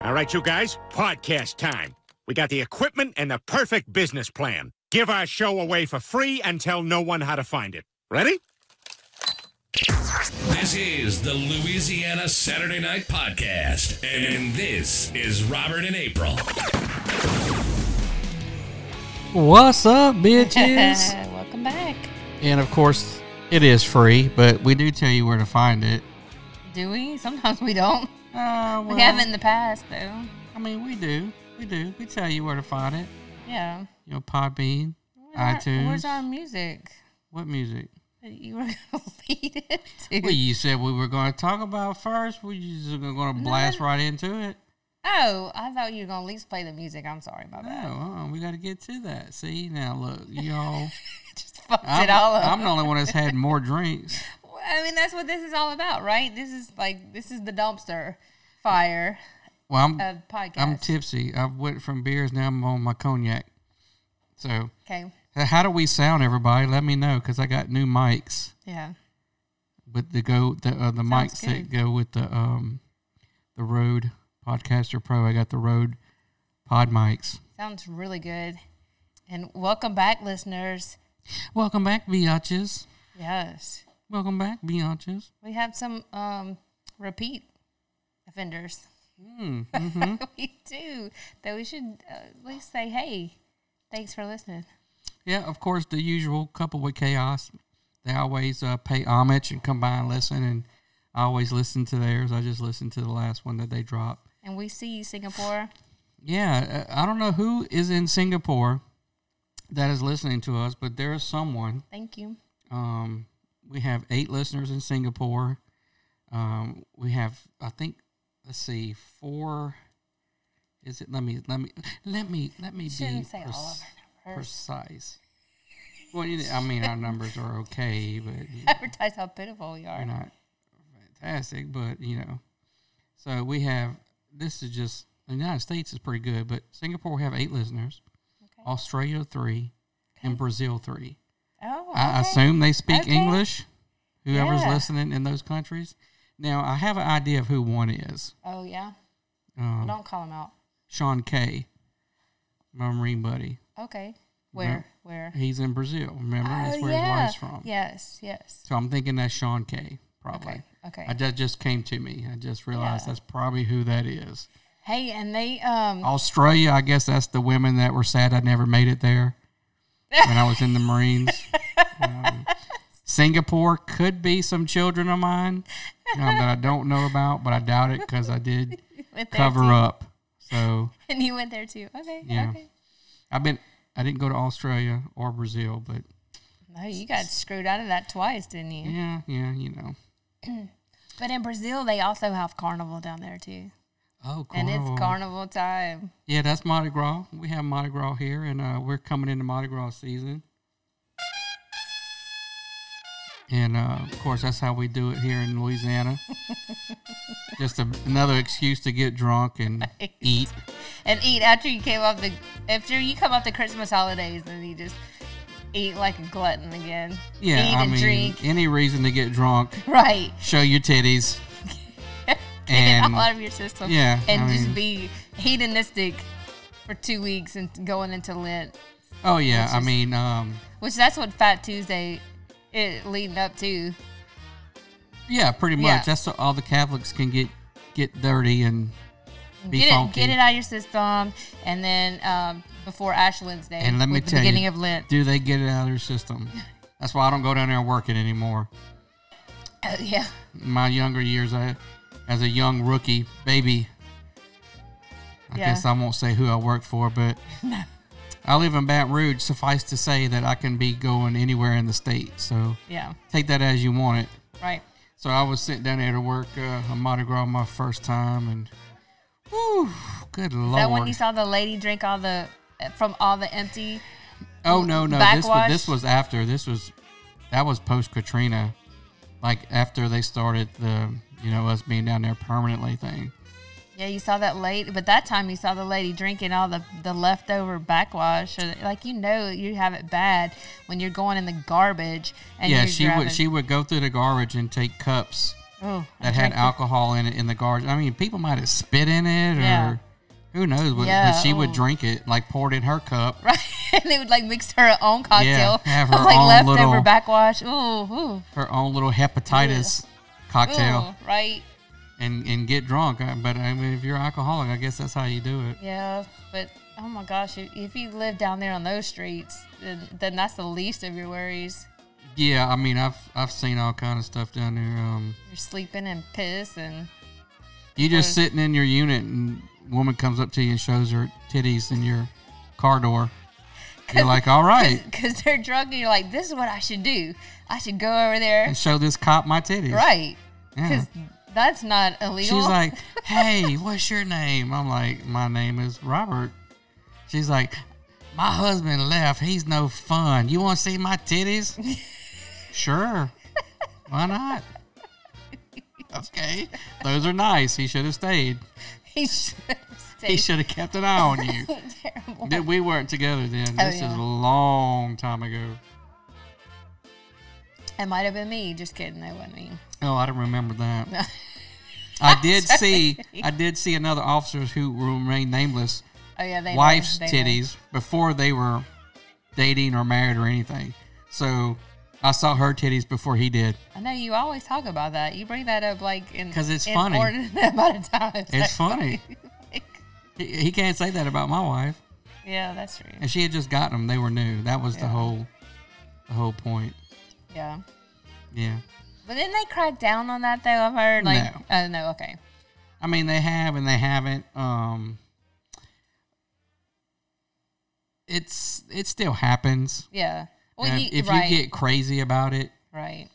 All right, you guys, podcast time. We got the equipment and the perfect business plan. Give our show away for free and tell no one how to find it. Ready? This is the Louisiana Saturday Night Podcast, and this is Robert and April. What's up, bitches? Welcome back. and of course, it is free, but we do tell you where to find it. Do we? Sometimes we don't. Uh, well, We haven't in the past, though. I mean, we do. We do. We tell you where to find it. Yeah. You know, Podbean, Where's our- iTunes. where's our music What music? that you were going to lead it to? Well, you said we were going to talk about first. We just going to blast right into it. oh, I thought you were going to at least play the music. I'm sorry about No, that. uh-uh, we got to get to that. See, now look, y'all. Just fucked I'm, it all up. I'm the only one that's had more drinks. Well, I mean, that's what this is all about, right? This is like, this is the dumpster fire Well, I'm, of podcast. I'm tipsy. I've went from beers. Now I'm on my cognac. So. Okay. Uh, How do we sound, everybody? Let me know because I got new mics Yeah. with the go the uh, the mics Sounds that go with the um the Rode Podcaster Pro. I got the Rode Pod mics. Sounds really good. And welcome back, listeners. Welcome back, biatches. Yes. Welcome back, biatches. We have some um, repeat offenders. Hmm, mm-hmm. we do. Though we should uh, at least say, hey, thanks for listening. Yeah, of course, the usual couple with chaos. They always uh, pay homage and come by and listen, and I always listen to theirs. I just listened to the last one that they dropped. And we see you, Singapore. Yeah, uh, I don't know who is in Singapore that is listening to us, but there is someone Thank you. Um, we have eight listeners in Singapore. Um, we have, I think, let's see, four. Is it? Let me, let me, let me, let me be Shouldn't say all of our numbers. precise. Well, you know, I mean, our numbers are okay, but you know, Advertise how pitiful we they're are. not fantastic. But you know, so we have. This is just the United States is pretty good, but Singapore we have eight listeners, Okay. Australia three, and Brazil three. Oh, I okay. assume they speak Okay. English. Whoever's Yeah. listening in those countries. Now I have an idea of who one is. Oh, yeah. Um, Don't call them out. Sean K, my Marine buddy. Okay. Where? Where? He's in Brazil. Remember, that's Oh, where yeah. his wife's from. Yes, yes. So I'm thinking that's Sean K. Probably. Okay. Okay. I just just came to me. I just realized Yeah. that's probably who that is. hey, and they um Australia. I guess that's the women that were sad I never made it there when I was in the Marines. Um, Singapore could be some children of mine um, that I don't know about, but I doubt it because I did went there cover too. up. So and you went there too. Okay. Yeah. Okay. I've been. I didn't go to Australia or Brazil, but No, you got screwed out of that twice, didn't you? yeah, yeah, you know. But in Brazil, they also have carnival down there too, Oh, and carnival. it's carnival time. Yeah, that's Mardi Gras. We have Mardi Gras here, and uh, we're coming into Mardi Gras season. And uh, of course, that's how we do it here in Louisiana. Just a, another excuse to get drunk and eat. And eat after you came off the after you come off the Christmas holidays, then you just eat like a glutton again. Yeah, eat I and mean, drink. any reason to get drunk, Right, show your titties. get it and all out of your system. yeah, and I mean- just be hedonistic for two weeks and going into Lent, oh yeah, It's I just- mean, um, which that's what Fat Tuesday it leading up to. yeah, pretty much. Yeah. That's so all the Catholics can get get dirty and be get funky. it, get it out of your system, and then um, before Ash Wednesday, And let me with the tell you, beginning of Lent. do they get it out of their system? That's why I don't go down there and work it anymore. Oh, yeah. In my younger years, I, as a young rookie baby, I Yeah. guess I won't say who I work for, but I live in Baton Rouge. Suffice to say that I can be going anywhere in the state. So Yeah. take that as you want it. Right. So I was sent down there to work uh, a Mardi Gras my first time, and whew, good lord! That when you saw the lady drink all the from all the empty. Oh no, no. This was, Backwash? this was after. This was that was post Katrina, like after they started the you know us being down there permanently thing. Yeah, you saw that lady, but that time you saw the lady drinking all the the leftover backwash. Or like you know you have it bad when you're going in the garbage. And yeah, you're she grabbing, would she would go through the garbage and take cups Oh, I that had drank the- alcohol in it in the garbage. I mean, people might have spit in it or Yeah. who knows, but, Yeah, but she would ooh. drink it, like poured in her cup. Right, and they would like mix her own cocktail. have It was her like own leftover little- backwash. Ooh, her own little hepatitis ooh, cocktail ooh, right? and, and get drunk. Uh, But I mean, if you're alcoholic, I guess that's how you do it. Yeah, but oh my gosh, if, if you live down there on those streets, then, then that's the least of your worries. Yeah, I mean, I've I've seen all kind of stuff down there. Um, You're sleeping and piss and you just Mm. sitting in your unit, and woman comes up to you and shows her titties in your car door. You're like, all right, because they're drunk, and you're like, this is what I should do. I should go over there, and show this cop my titties. right? Yeah. Because that's not illegal. She's like, "Hey, what's your name?" I'm like, "My name is Robert." She's like, "My husband left. He's no fun. You want to see my titties?" sure. Why not? Okay, those are nice. He should have stayed. he should He stay should have kept an eye on you. terrible. Did we weren't together then? Oh, This is yeah. a long time ago. It might have been me. Just kidding. That wasn't me. Oh, I don't remember that. I did see. I did see another officer who remained nameless. Oh yeah, they know. wife's They know. titties before they were dating or married or anything. So I saw her titties before he did. I know you always talk about that. You bring that up like in 'Cause it's in funny. Inordinate amount of times. It's funny. Like, He, he can't say that about my wife. yeah, that's true. And she had just gotten them. They were new. That was the Yeah. whole the whole point. Yeah, Yeah. but then they crack down on that though. I've heard like No. oh no, okay, I mean they have and they haven't. Um it's it still happens. yeah. Well, And you, if right, you get crazy about it, right,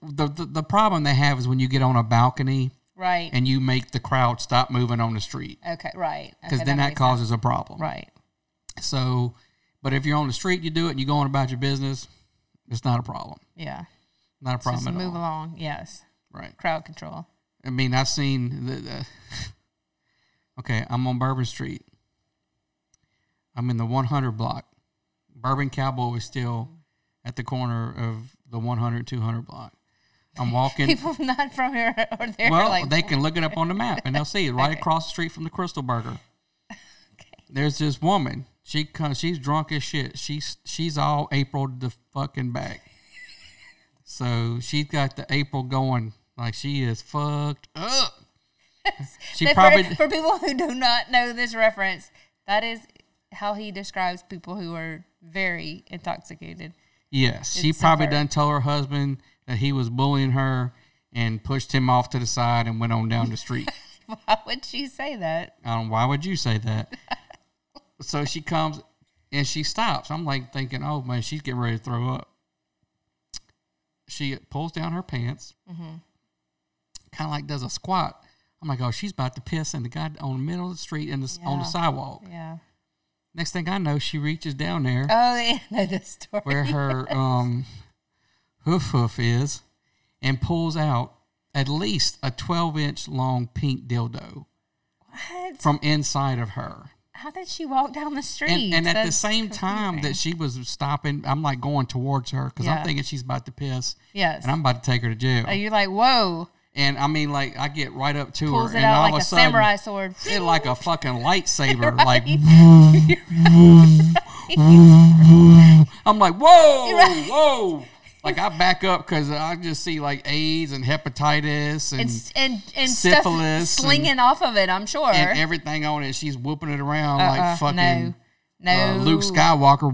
the, the the problem they have is when you get on a balcony right, and you make the crowd stop moving on the street. okay, right, because okay, then that makes causes a problem. sense. right, So, but if you're on the street, you do it, and you go on about your business, it's not a problem. yeah. Not a problem Just at move all. along. Yes, Right. crowd control. I mean, I've seen the, the okay, I'm on Bourbon Street. I'm in the 100 block. Bourbon Cowboy is still at the corner of the 100, 200 block. I'm walking. People not from here or there. Well, like, they can look it up on the map and they'll see it right Okay. across the street from the Crystal Burger. There's this woman. She comes. She's drunk as shit. She's she's all April the fucking back. So she's got the April going like she is fucked up. She That probably for, for people who do not know this reference, that is how he describes people who are very intoxicated. yes. She it's so probably far. done told her husband that he was bullying her and pushed him off to the side and went on down the street. Why would she say that? Um, why would you say that? so she comes and she stops. I'm like thinking, oh man, she's getting ready to throw up. She pulls down her pants, Mm-hmm. kind of like does a squat. I'm like, oh, she's about to piss in the guy on the middle of the street and the on the Yeah. sidewalk. Yeah. Next thing I know, she reaches down there Oh, yeah, I know this story. where her um, hoof hoof is and pulls out at least a 12 inch long pink dildo What? from inside of her. How did she walk down the street? and, and at the That's same time that confusing. she was stopping, I'm like going towards her because Yeah. I'm thinking she's about to piss, yes, and I'm about to take her to jail. Are you like whoa? and I mean, like I get right up to Pulls her, it and out all like of a a sudden, samurai sword. it like a fucking lightsaber. Like I'm like, whoa, Right. whoa. Like I back up because I just see like AIDS and hepatitis and and and, s- and and syphilis stuff and- slinging off of it. I'm sure. everything on it. She's whooping it around Uh-uh, like fucking no, no uh, Luke Skywalker.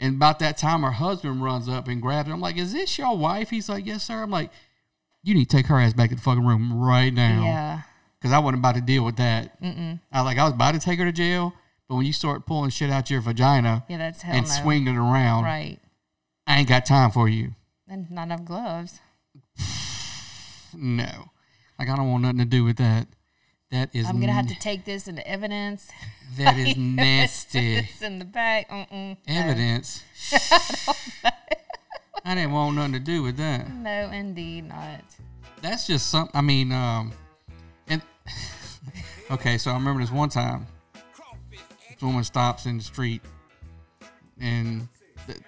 And about that time, her husband runs up and grabs her. I'm like, "Is this your wife?" He's like, "Yes, sir." I'm like, "You need to take her ass back to the fucking room right now," Yeah, because I wasn't about to deal with that. Mm-mm. I like, I was about to take her to jail, but when you start pulling shit out your vagina yeah, that's hell and no. swinging it around, right, I ain't got time for you. and not enough gloves. No, like I don't want nothing to do with that. That is I'm gonna have to n- take this into evidence. that is nasty. It's in the back. Mm-mm. Evidence. I didn't want nothing to do with that. No, indeed not. That's just some. I mean, um, and okay. So I remember this one time. This woman stops in the street, and th-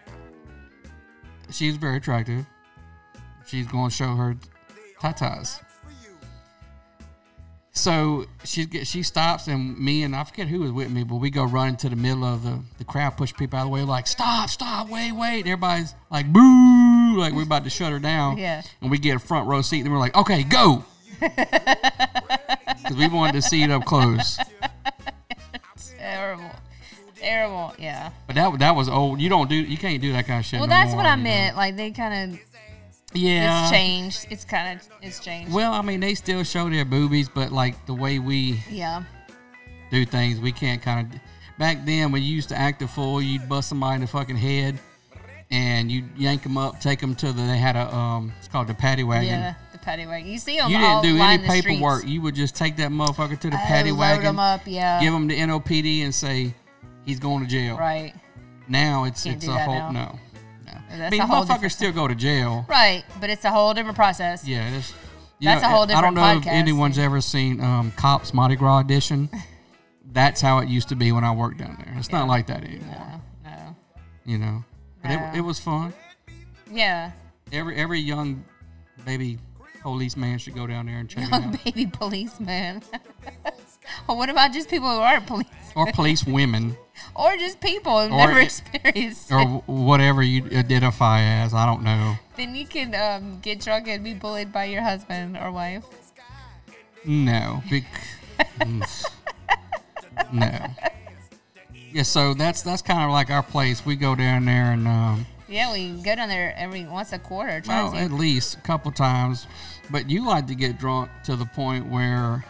she was very attractive. she's going to show her tatas. So she get- she stops and me and I forget who was with me, but we go running to the middle of the, the crowd, push people out of the way, like stop, stop, wait, wait. And everybody's like boo, like we're about to shut her down. Yeah. And we get a front row seat, and we're like, okay, go, because we wanted to see it up close. Terrible. Terrible. Yeah. But that that was old. You don't do you can't do that kind of shit. Well, no that's more, what I you know. meant. Like they kind of Yeah. it's changed. It's kind of it's changed. Well, I mean, they still show their boobies, but like the way we yeah. do things, we can't kind of. Back then, when you used to act a fool, you'd bust somebody in the fucking head, and you would yank them up, take them to the. They had a um, it's called the paddy wagon. Yeah. The paddy wagon. You see them You all didn't do lining any the paperwork. streets. You would just take that motherfucker to the Oh, paddy load wagon, 'em up, yeah. give him the NOPD, and say he's going to jail. Right. Now it's Can't it's do a that whole now. no. no. I That's mean, a whole motherfuckers different- still go to jail. Right. But it's a whole different process. Yeah, that's, you That's know, a whole I don't different know if podcast. anyone's ever seen um, Cops Mardi Gras edition. That's how it used to be when I worked down there. It's not like that anymore, No. you know. But No. it, it was fun. Yeah. Every every young baby policeman should go down there and check it out, Baby policeman. Or what about just people who aren't police, or police women, or just people who've Or never it- experienced? or it? wh- whatever you identify as. I don't know. Then you can um, get drunk and be bullied by your husband or wife. No, bec- mm. no. Yeah, so that's that's kind of like our place. We go down there and. Um, Yeah, we go down there every once a quarter. Try Well, to. at least a couple times. But you like to get drunk to the point where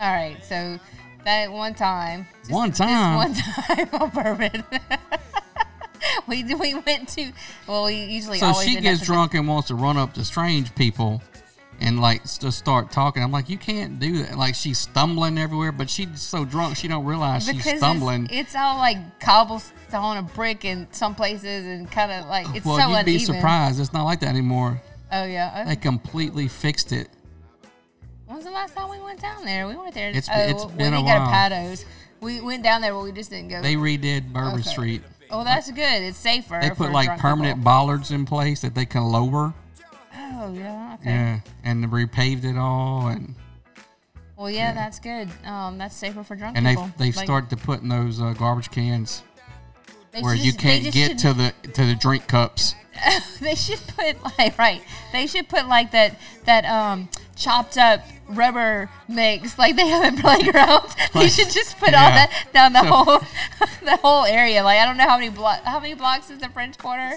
All right, so that one time, just One this time? one time on bourbon. we we went to well, we usually so always she end up gets at drunk and wants to run up to strange people and like s- just start talking. I'm like, you can't do that. Like she's stumbling everywhere, but she's so drunk she don't realize the, because she's it's- stumbling. It's, all like cobblestone and brick in some places, and kind of like it's well, so you'd be uneven. surprised. It's not like that anymore. Oh yeah. Oh, They completely fixed it. When's the last time we went down there? We weren't there. It's- oh, it's we been a didn't go to while. Pato's. We went down there, but we just didn't go. They redid Bourbon Okay. Street. oh, that's good. It's safer. They for put like drunk permanent people. bollards in place that they can lower. Oh yeah. Okay. Yeah, and they repaved it all and. Well, yeah, that's good. Um, that's safer for drunk and they people. they Like, start to putting those uh, garbage cans they where should you just- can't they just get should, to the to the drink cups. They should put like right. They should put like that that um chopped up rubber mix like they have in playgrounds. they Like, should just put all yeah. that down the So- whole the whole area. Like I don't know how many blo- how many blocks is the French Quarter.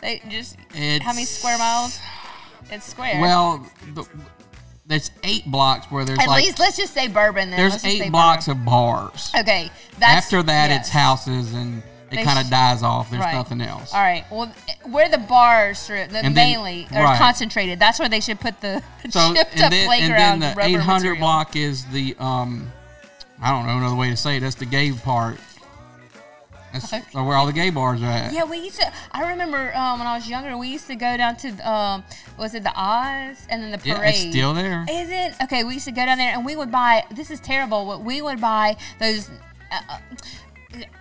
They just how many It's- square miles? It's square. Well, the, there's eight blocks where there's at like least let's just say bourbon. Then there's Let's just say eight blocks of bars. Bourbon. Okay, that's After that, yes. it's houses and it They kind of sh- dies off. There's Right. nothing else. All right. Well, th- where the bars are the And then- mainly are right. concentrated, that's where they should put the So chipped and up then, and then playground the rubber 800 material. block is the um, I don't know another way to say it. That's the gay part. That's where all the gay bars are at. Yeah, we used to. I remember um, when I was younger, we used to go down to um, was it the Oz and then the Yeah, parade. it's still there. Is it okay? We used to go down there and we would buy. This is terrible. What we would buy those. Uh, uh,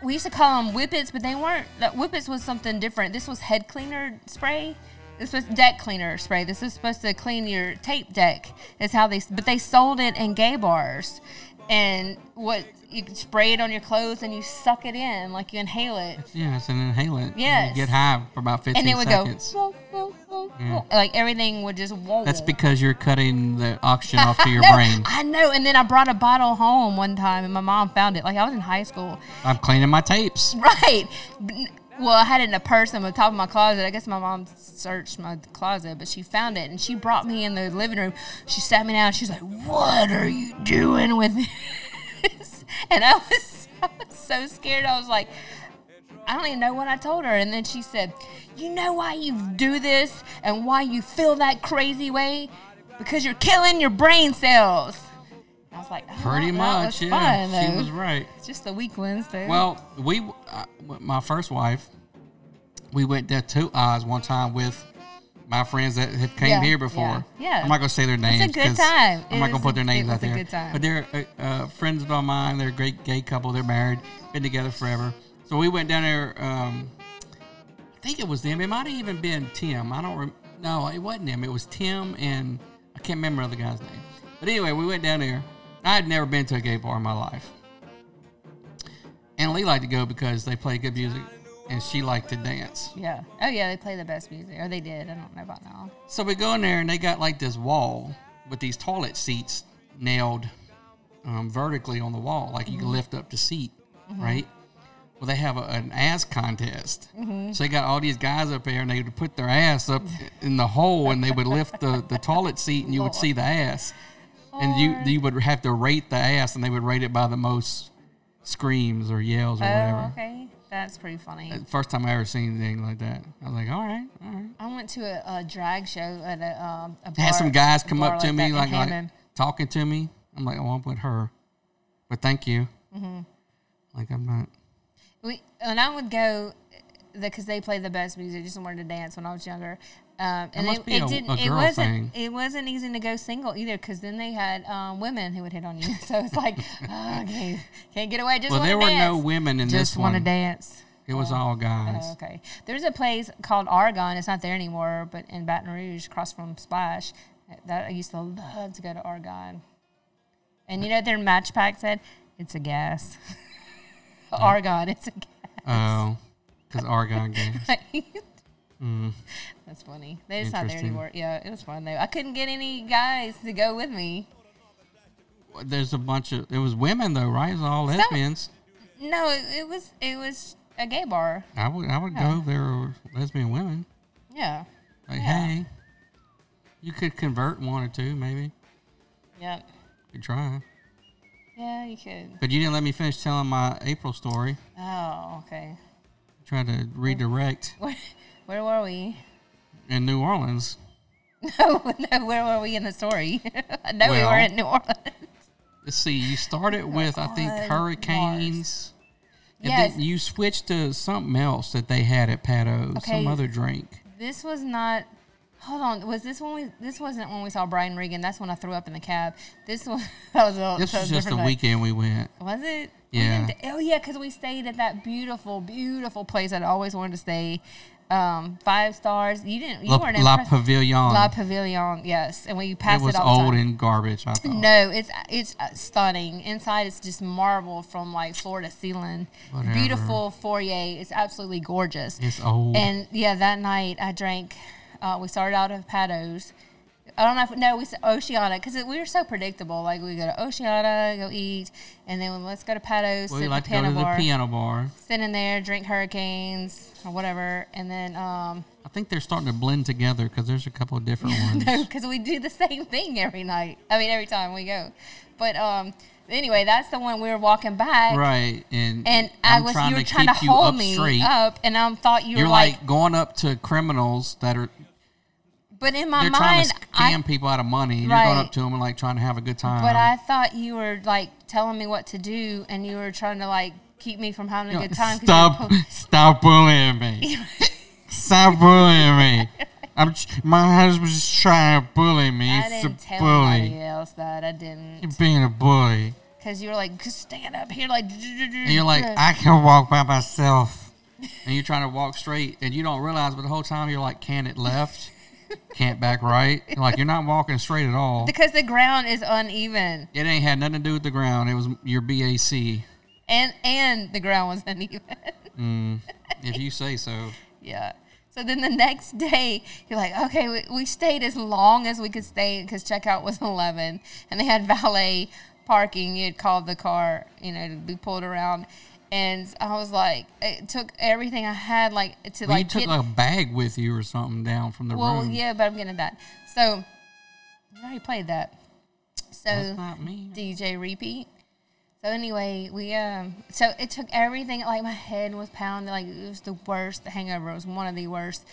we used to call them whippets, but they weren't. The whippets was something different. This was head cleaner spray. This was deck cleaner spray. This is supposed to clean your tape deck. Is how they. But they sold it in gay bars, and what you could spray it on your clothes and you suck it in like you inhale it. Yeah, it's an inhalant. Yes. You get high for about 15 And it would seconds. Mm. go, "Whoa, whoa, whoa, whoa." like everything would just. Whoa. That's because you're cutting the oxygen off to your No, brain. I know. And then I brought a bottle home one time, and my mom found it. Like I was in high school, I'm cleaning my tapes. right? But n- Well, I had it in a purse on the top of my closet. I guess my mom searched my closet, but she found it, and she brought me in the living room. She sat me down. She's like, "What are you doing with this?" And I was, I was so scared. I was like. I don't even know what I told her. And then she said, You know why you do this and why you feel that crazy way? Because you're killing your brain cells. I was like, oh, Pretty that much, was yeah. fun, she though. was right. It's just the weak ones, though. Well, we, uh, my first wife, we went there to Oz one time with my friends that had came Yeah, here before. yeah, yeah. I'm not gonna say their names. good 'cause time. I'm It not gonna was put a- their names it out was a there. good time. But they're uh, uh, friends of mine. They're a great gay couple. They're married, been together forever. So we went down there. Um, I think it was them. It might have even been Tim. I don't. Rem- No, it wasn't him. It was Tim and I can't remember the other guy's name. But anyway, we went down there. I had never been to a gay bar in my life. And Lee liked to go because they play good music and she liked to dance. Yeah. Oh yeah, they play the best music, or they did. I don't know about now. So we go in there and they got like this wall with these toilet seats nailed um, vertically on the wall, like you can lift up the seat, right? Well, they have a, an ass contest. So they got all these guys up there and they would put their ass up in the hole and they would lift the, the toilet seat and you would see the ass. And you you would have to rate the ass and they would rate it by the most screams or yells or Oh, whatever. okay. That's pretty funny. First time I ever seen anything like that. I was like, all right, all right. I went to a, a drag show at a, um, a bar. had some guys a come bar up to like that me in like, like, Hammond. talking to me. I'm like, oh, I'm with her, but thank you. Mm-hmm. Like I'm not. We, when I would go, because they play the best music, just wanted to dance when I was younger. Um, and must it, be it a- didn't. a it girl wasn't. thing. It wasn't easy to go single either, because then they had um, women who would hit on you. So it's like, oh, okay, can't get away. Just Well, want there to were dance. no women in Just this want to one. dance. It was all guys. Okay. There's a place called Argon. It's not there anymore, but in Baton Rouge, across from Splash, that I used to love to go to Argon. And you know what their match pack said? It's a gas. Argon, it's a gas. Oh, because Argon game. That's funny. They're just not there Interesting. anymore. Yeah, it was fun though. I couldn't get any guys to go with me. There's a bunch of. It was women though, right? It was all lesbians. No, it, it was it was a gay bar. I would I would go there were lesbian women. Yeah. Like Yeah. hey, you could convert one or two maybe. Yeah. You try, Yeah, you could. but you didn't let me finish telling my April story. Oh, okay. Try to redirect Where, where were we? in New Orleans. No, no, where were we in the story? no, we were Well, in New Orleans. Let's see. You started with I think was hurricanes. And Yes. then you switched to something else that they had at Pato's, Okay. some other drink. This was not. Hold on. Was this when we? This wasn't when we saw Brian Regan. That's when I threw up in the cab. This was. That was a. This that was a just the different night. weekend we went. Was it? We Yeah. didn't- Oh yeah, because we stayed at that beautiful, beautiful place that I always wanted to stay. Um, five stars. You didn't. You La, weren't La impressed. Pavilion. La Pavilion. Yes, and we it passed it, was all the old time. and garbage. I thought. No, it's it's uh, stunning. Inside, it's just marble from like floor to ceiling. Whatever. Beautiful foyer. It's absolutely gorgeous. It's old. And yeah, that night I drank. Uh, we started out of Pato's. I don't know if no, we said Oceana because we were so predictable. Like we go to Oceana, go eat, and then let's go to Pato's. sit we in like to go the to piano the bar, piano bar. sit in there, drink hurricanes or whatever, and then um, I think they're starting to blend together because there's a couple of different ones. because we do the same thing every night. I mean, every time we go. But um, anyway, that's the one we were walking back, Right. And, and i I'm was trying you were to trying to keep you hold up me straight. up, and I thought you You're were like, like going up to criminals that are but in my they're trying mind, to scam I people out of money. and You're Right. going up to them and like trying to have a good time. but I thought you were like telling me what to do, and you were trying to like keep me from having a You're good time. like, 'cause you were Stop! pull- Stop bullying me! Stop bullying me! I'm. tr- My husband's trying to bully me. I It's a didn't tell anybody bully. else that I You're didn't, being a bully. because you were like, "Just stand up here, like, And you're like, I can walk by myself. And you're trying to walk straight, and you don't realize, but the whole time you're like, can it left? Can't back right. You're like you're not walking straight at all. because the ground is uneven, It ain't had nothing to do with the ground. It was your BAC, and and the ground was uneven. if you say so. Yeah. So then the next day, you're like, okay, we, we stayed as long as we could stay because checkout was 11 and they had valet parking. You had called the car, you know, to be pulled around. And I was like, it took everything I had, like, to Well, like you get- took a bag with you or something down from the well, room. yeah, but I'm getting that. So you already played that. So That's not me. DJ repeat. So anyway, we um, so it took everything. Like my head was pounding. Like it was the worst. The hangover was one of the worst,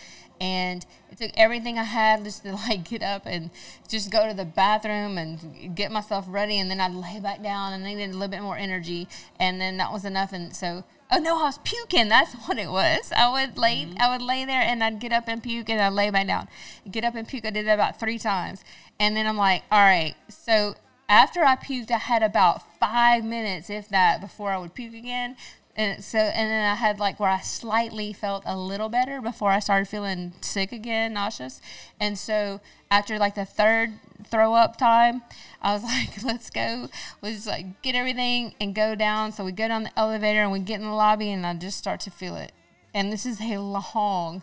and it took everything I had just to like get up and just go to the bathroom and get myself ready, and then I'd lay back down and I needed a little bit more energy, and then that was enough. And so. Oh no! I was puking. That's what it was. I would lay, I would lay there, and I'd get up and puke, and I'd lay back down, get up and puke. I did that about three times, and then I'm like, all right. So after I puked, I had about five minutes, if that, before I would puke again. And so, and then I had like where I slightly felt a little better before I started feeling sick again, nauseous. And so after like the third throw up time, I was like, let's go. Let's just like get everything and go down. So we go down the elevator and we get in the lobby and I just start to feel it. And this is a long,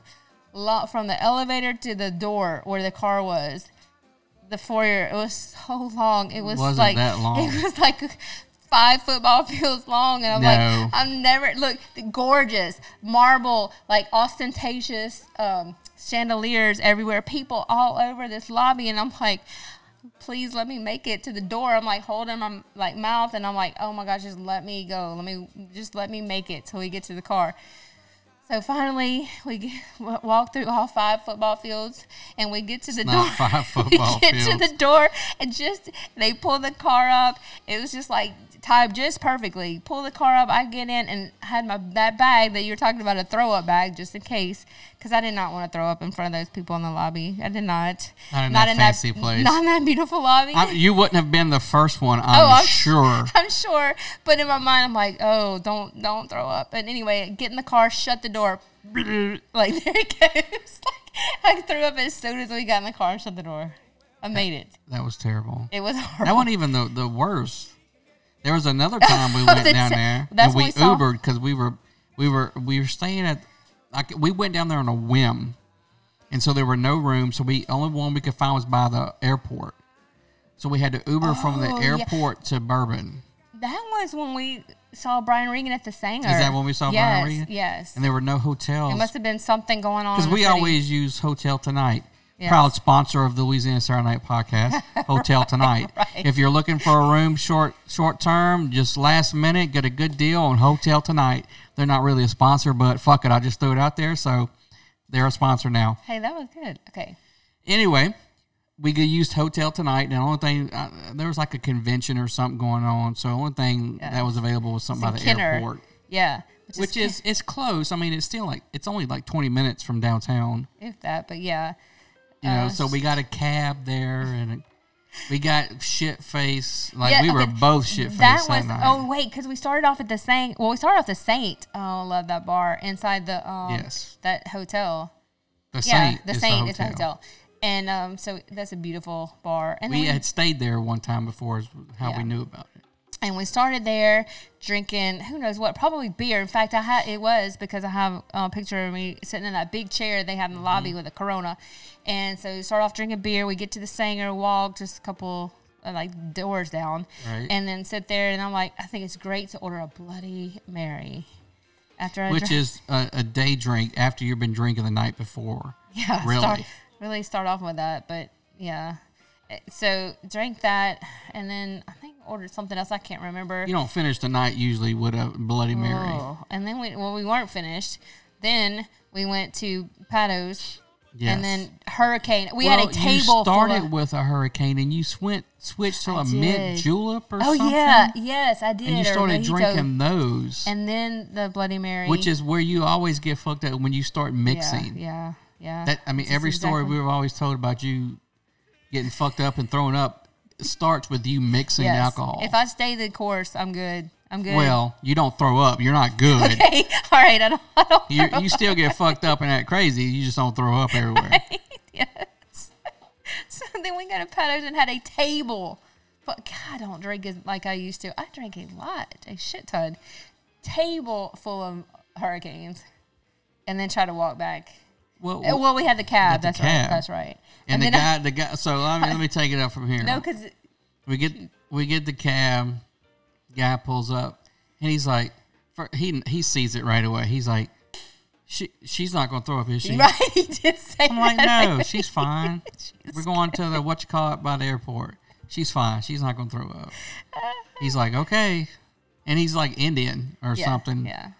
lot from the elevator to the door where the car was. The foyer, it was so long. It was Wasn't like that long. it was like five football fields long, and I'm No. like, I'm never look the gorgeous marble, like ostentatious um, chandeliers everywhere, people all over this lobby, and I'm like, please let me make it to the door. I'm like holding my like mouth, and I'm like, oh my gosh, just let me go, let me just let me make it till we get to the car. So finally, we get, wa- walk through all five football fields, and we get to the door. not five football we get fields. to the door, and just they pull the car up. It was just like timed just perfectly. Pull the car up. I get in and had my that bag that you were talking about, a throw up bag, just in case, because I did not want to throw up in front of those people in the lobby. I did not. Not in that fancy place. Not in that beautiful lobby. I, you wouldn't have been the first one, I'm, I'm- sure. I'm sure. But in my mind, I'm like, oh, don't don't throw up. But anyway, get in the car, shut the door. Like there it goes. like I threw up as soon as we got in the car and shut the door. I made it. That was terrible. It was That e- horrible. wasn't even the, the worst. There was another time we went That's- down there that's and we, when we saw- Ubered because we were we were we were staying at like we went down there on a whim, and so there were no rooms. So we only one we could find was by the airport. So we had to Uber from the Oh, yeah. airport to Bourbon, That was when we saw Brian Regan at the Sanger. that when we saw Brian Yes, Regan? Yes. and there were no hotels. it must have been something going on. Because in the we city. always use Hotel Tonight. Yes. Proud sponsor of the Louisiana Saturday Night Podcast, Hotel Tonight. If you're looking for a room short short term, just last minute, get a good deal on Hotel Tonight. They're not really a sponsor, but fuck it, I just threw it out there, so they're a sponsor now. Hey, that was good. Okay. Anyway, we could used Hotel Tonight, and the only thing uh, there was like a convention or somethething going on, so the only thing that was available was something It's in by the Kenner. airport, Yeah. which is it's close. I mean, it's still like it's only like 20 minutes from downtown. if that, but yeah. you know. So we got a cab there, and it- we got shit face. Like Yeah, we were okay. both shit face That that, was night. oh wait, because we started off at the Saint. Well, we started off the Saint. Oh, I love that bar inside the um Yes. that hotel. the Yeah, Saint, the is Saint the is the hotel, and um, so that's a beautiful bar. And then We we, had stayed there one time before, is how we Yeah. knew about it. and we started there drinking who knows what, probably beer. In fact, I had it was because I have a picture of me sitting in that big chair they have in the lobby Mm-hmm. with a Corona, and so we start off drinking beer. We get to the Sanger, walk just a couple uh, like doors down, Right. and then sit there. And I'm like, I think it's great to order a Bloody Mary. After I Which drank- is a, a day drink after you've been drinking the night before. yeah, really. Start, really start off with that, but yeah. Eh, So drank that, and then I think ordered something else. I can't remember. You don't finish the night usually with a Bloody Mary. Oh, and then we well we weren't finished. Then we went to Pato's, Yes. and then Hurricane. We well, had a table. You full started of, with a hurricane, and you swent, switched to I a mint did. julep or oh something. yeah, yes I did. And you or started mojito. drinking those, and then the Bloody Mary, which is where you always get fucked up when you start mixing. yeah, yeah, yeah. That I mean, This is every story exactly- we were always told about you getting fucked up and throwing up starts with you mixing Yes. alcohol. If I stay the course, I'm good. I'm good. well, you don't throw up. You're not good. okay, all right. I don't. I don't You, you still get fucked up and act crazy. You just don't throw up everywhere. yes. So then we got to Pato's and had a table. But God, I don't drink as like I used to. I drank a lot, a shit ton. Table full of hurricanes, and then try to walk back. Well, Uh, Well, we had the cab. the that's cab. right. That's right. and, the then I- guy, the guy. So I mean, let me take it up from here. no, because we get we get the cab. Guy pulls up, and he's like, for, he he sees it right away. He's like, she she's not gonna throw up, is she? right, he did say I'm like, that. no, she's fine. We're going to the what you call it by the airport. She's fine. She's not going to throw up. He's like, okay, and he's like Indian or Yeah, something. Yeah.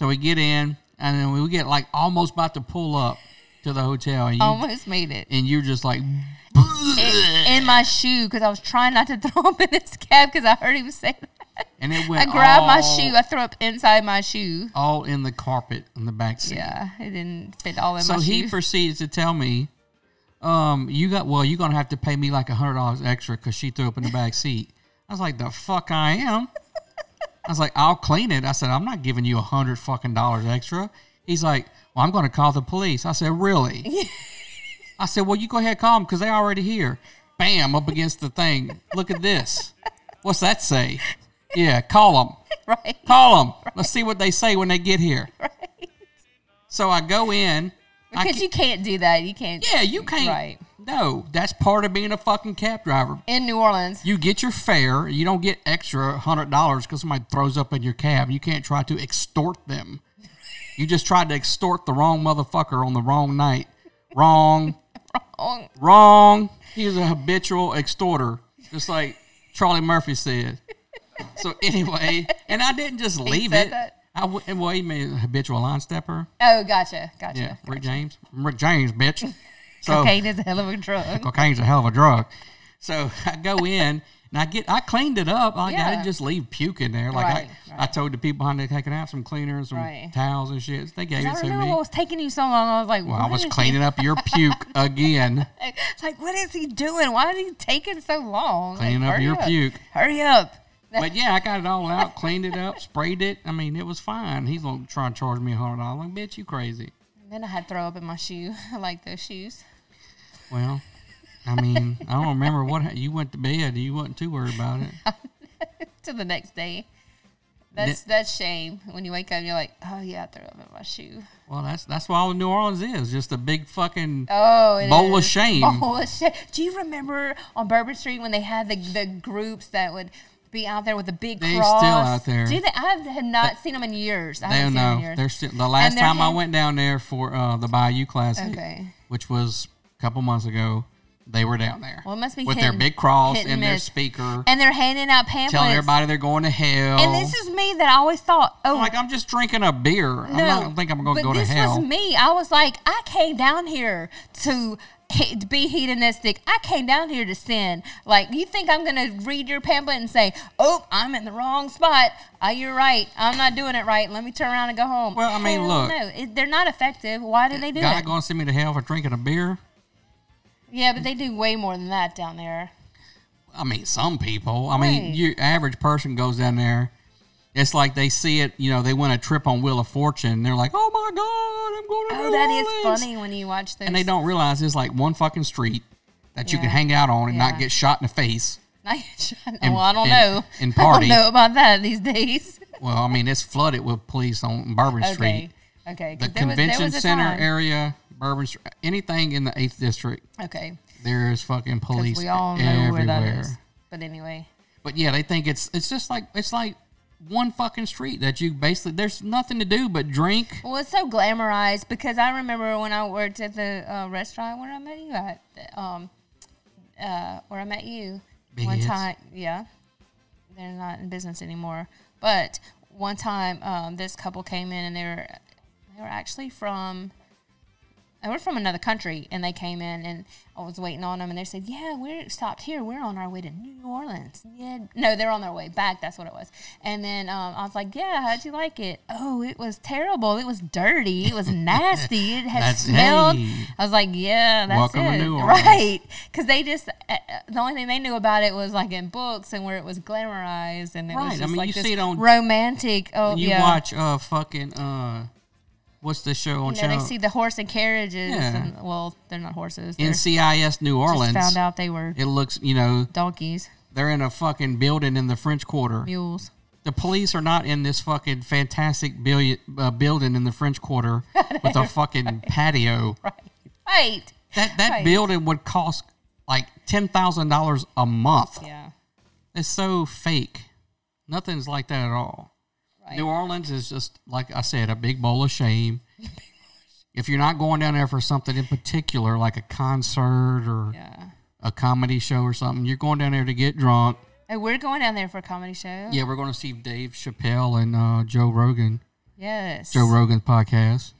So we get in, and then we get like almost about to pull up to the hotel, and you Almost made it. and you're just like, In my shoe because I was trying not to throw up in his cab because I heard he was saying that. and it I went. grabbed my all- shoe. I threw up inside my shoe. All in the carpet in the back seat. Yeah, it didn't fit all in So my he shoe. proceeds to tell me, um, you got well, you're gonna have to pay me like a hundred dollars extra because she threw up in the back seat. I was like, the fuck I am. I was like, I'll clean it. I said, I'm not giving you a hundred fucking dollars extra. He's like, Well, I'm going to call the police. I said, Really? I said, Well, you go ahead and call them because they're already here. Bam, up against the thing. Look at this. What's that say? Yeah, call them. right? Call them. Let's see what they say when they get here. So I go in. I Because ca- you can't do that. You can't. yeah, you can't. Right. No, that's part of being a fucking cab driver. In New Orleans, You get your fare. You don't get extra hundred dollars because somebody throws up in your cab. You can't try to extort them. You just tried to extort the wrong motherfucker on the wrong night. Wrong. Wrong. Wrong. He's a habitual extorter, just like Charlie Murphy said. So anyway, and I didn't just leave said it. that? I w- well, he made a habitual line stepper. Oh, gotcha, gotcha. Yeah, oh. Rick James. Rick James, bitch. So Cocaine is a hell of a drug. cocaine's a hell of a drug. So I go in and I get I cleaned it up. Like I Yeah. didn't just leave puke in there. Like Right, I, I told the people behind there, hey, can I have some cleaner and some Right. towels and shit? They gave I it to remember me. what was taking you so long. I was like, Well, I what was is he- cleaning up your puke again. It's like, what is he doing? Why is he taking so long? Like, Cleaning up hurry your puke. Hurry up. But yeah, I got it all out, cleaned it up, sprayed it. I mean, it was fine. He's gonna try and charge me a hundred dollars. Like, bitch, you crazy. Then I had throw up in my shoe. I like those shoes. Well, I mean, I don't remember what ha- you went to bed. You wasn't too worried about it. to the next day. That's that's shame. When you wake up, and you're like, oh yeah, I threw up in my shoe. Well, that's that's what all New Orleans is. Just a big fucking Oh, it Bowl of is. Oh, shame. Bowl of shame. Do you remember on Bourbon Street when they had the, the groups that would be out there with the big They still cross? out there. Do they? I had not seen them in years. I They haven't seen them in know. years. They're still, the last they're time I hand- went down there for uh, the Bayou Classic, Okay. which was a couple months ago, they were down there. Well, it must be with hitting- their big cross hit and, and their miss. speaker, and they're handing out pamphlets. telling everybody they're going to hell. And this is me that I always thought, oh, like I'm just drinking a beer. I'm no, not, I don't think I'm going to but go to this hell. was me. I was like, I came down here to he- to be hedonistic. I came down here to sin. Like, you think I'm gonna read your pamphlet and say, "Oh, I'm in the wrong spot. Ah, you're right. I'm not doing it right. Let me turn around and go home." Well, I mean, Hell look. no, It- they're not effective. Why do they do God it? going to send me to hell for drinking a beer? Yeah, but they do way more than that down there. I mean, some people. I mean, Right. your average person goes down there. It's like they see it. You know, they went a trip on Wheel of Fortune. They're like, "Oh my God, I'm going to." Oh, New that is Orleans." funny when you watch those. and they don't realize it's like one fucking street that you can Yeah. hang out on and Yeah. not get shot in the face. well, I don't and- know. and I party. don't know about that these days. Well, I mean, it's flooded with police on Bourbon Okay. Street, Okay. 'cause the there was- there convention was a center time- area, Bourbon Street, anything in the eighth district. Okay. There is fucking 'Cause police we all know everywhere. where that is. But anyway, But yeah, they think it's it's just like it's like one fucking street that you basically there's nothing to do but drink. well, it's so glamorized because I remember when I worked at the uh, restaurant where I met you at, um, uh, where I met you Big one Ed's. time. Yeah, they're not in business anymore. But one time, um, this couple came in and they were they were actually from they were from another country and they came in and I was waiting on them and they said, "Yeah, we're stopped here. We're on our way to New Orleans." Yeah, no, they're on their way back. That's what it was. And then um, I was like, "Yeah, how'd you like it?" Oh, it was terrible. It was dirty. It was nasty. It had That's- smelled. hey. I was like, "Yeah, that's Welcome to it, New Orleans. right?" Because they just uh, uh, the only thing they knew about it was like in books and where it was glamorized and it Right, I was just mean, like you this see it on- romantic. Oh, And you yeah. watch uh fucking uh what's the show on You know, they channel see the horse and carriages. Yeah. And, well, they're not horses. They're NCIS New Orleans. just found out they were It looks, you know, donkeys, they're in a fucking building in the French Quarter. mules. The police are not in this fucking fantastic billion, uh, building in the French Quarter with a fucking patio. Right. That that Right. building would cost like ten thousand dollars a month. Yeah. It's so fake. Nothing's like that at all. Right. New Orleans is just like I said, a big bowl of shame. if you're not going down there for something in particular, like a concert or Yeah. a comedy show or something, you're going down there to get drunk. Hey, we're going down there for a comedy show. Yeah, we're going to see Dave Chappelle and uh, Joe Rogan, Yes. Joe Rogan's podcast.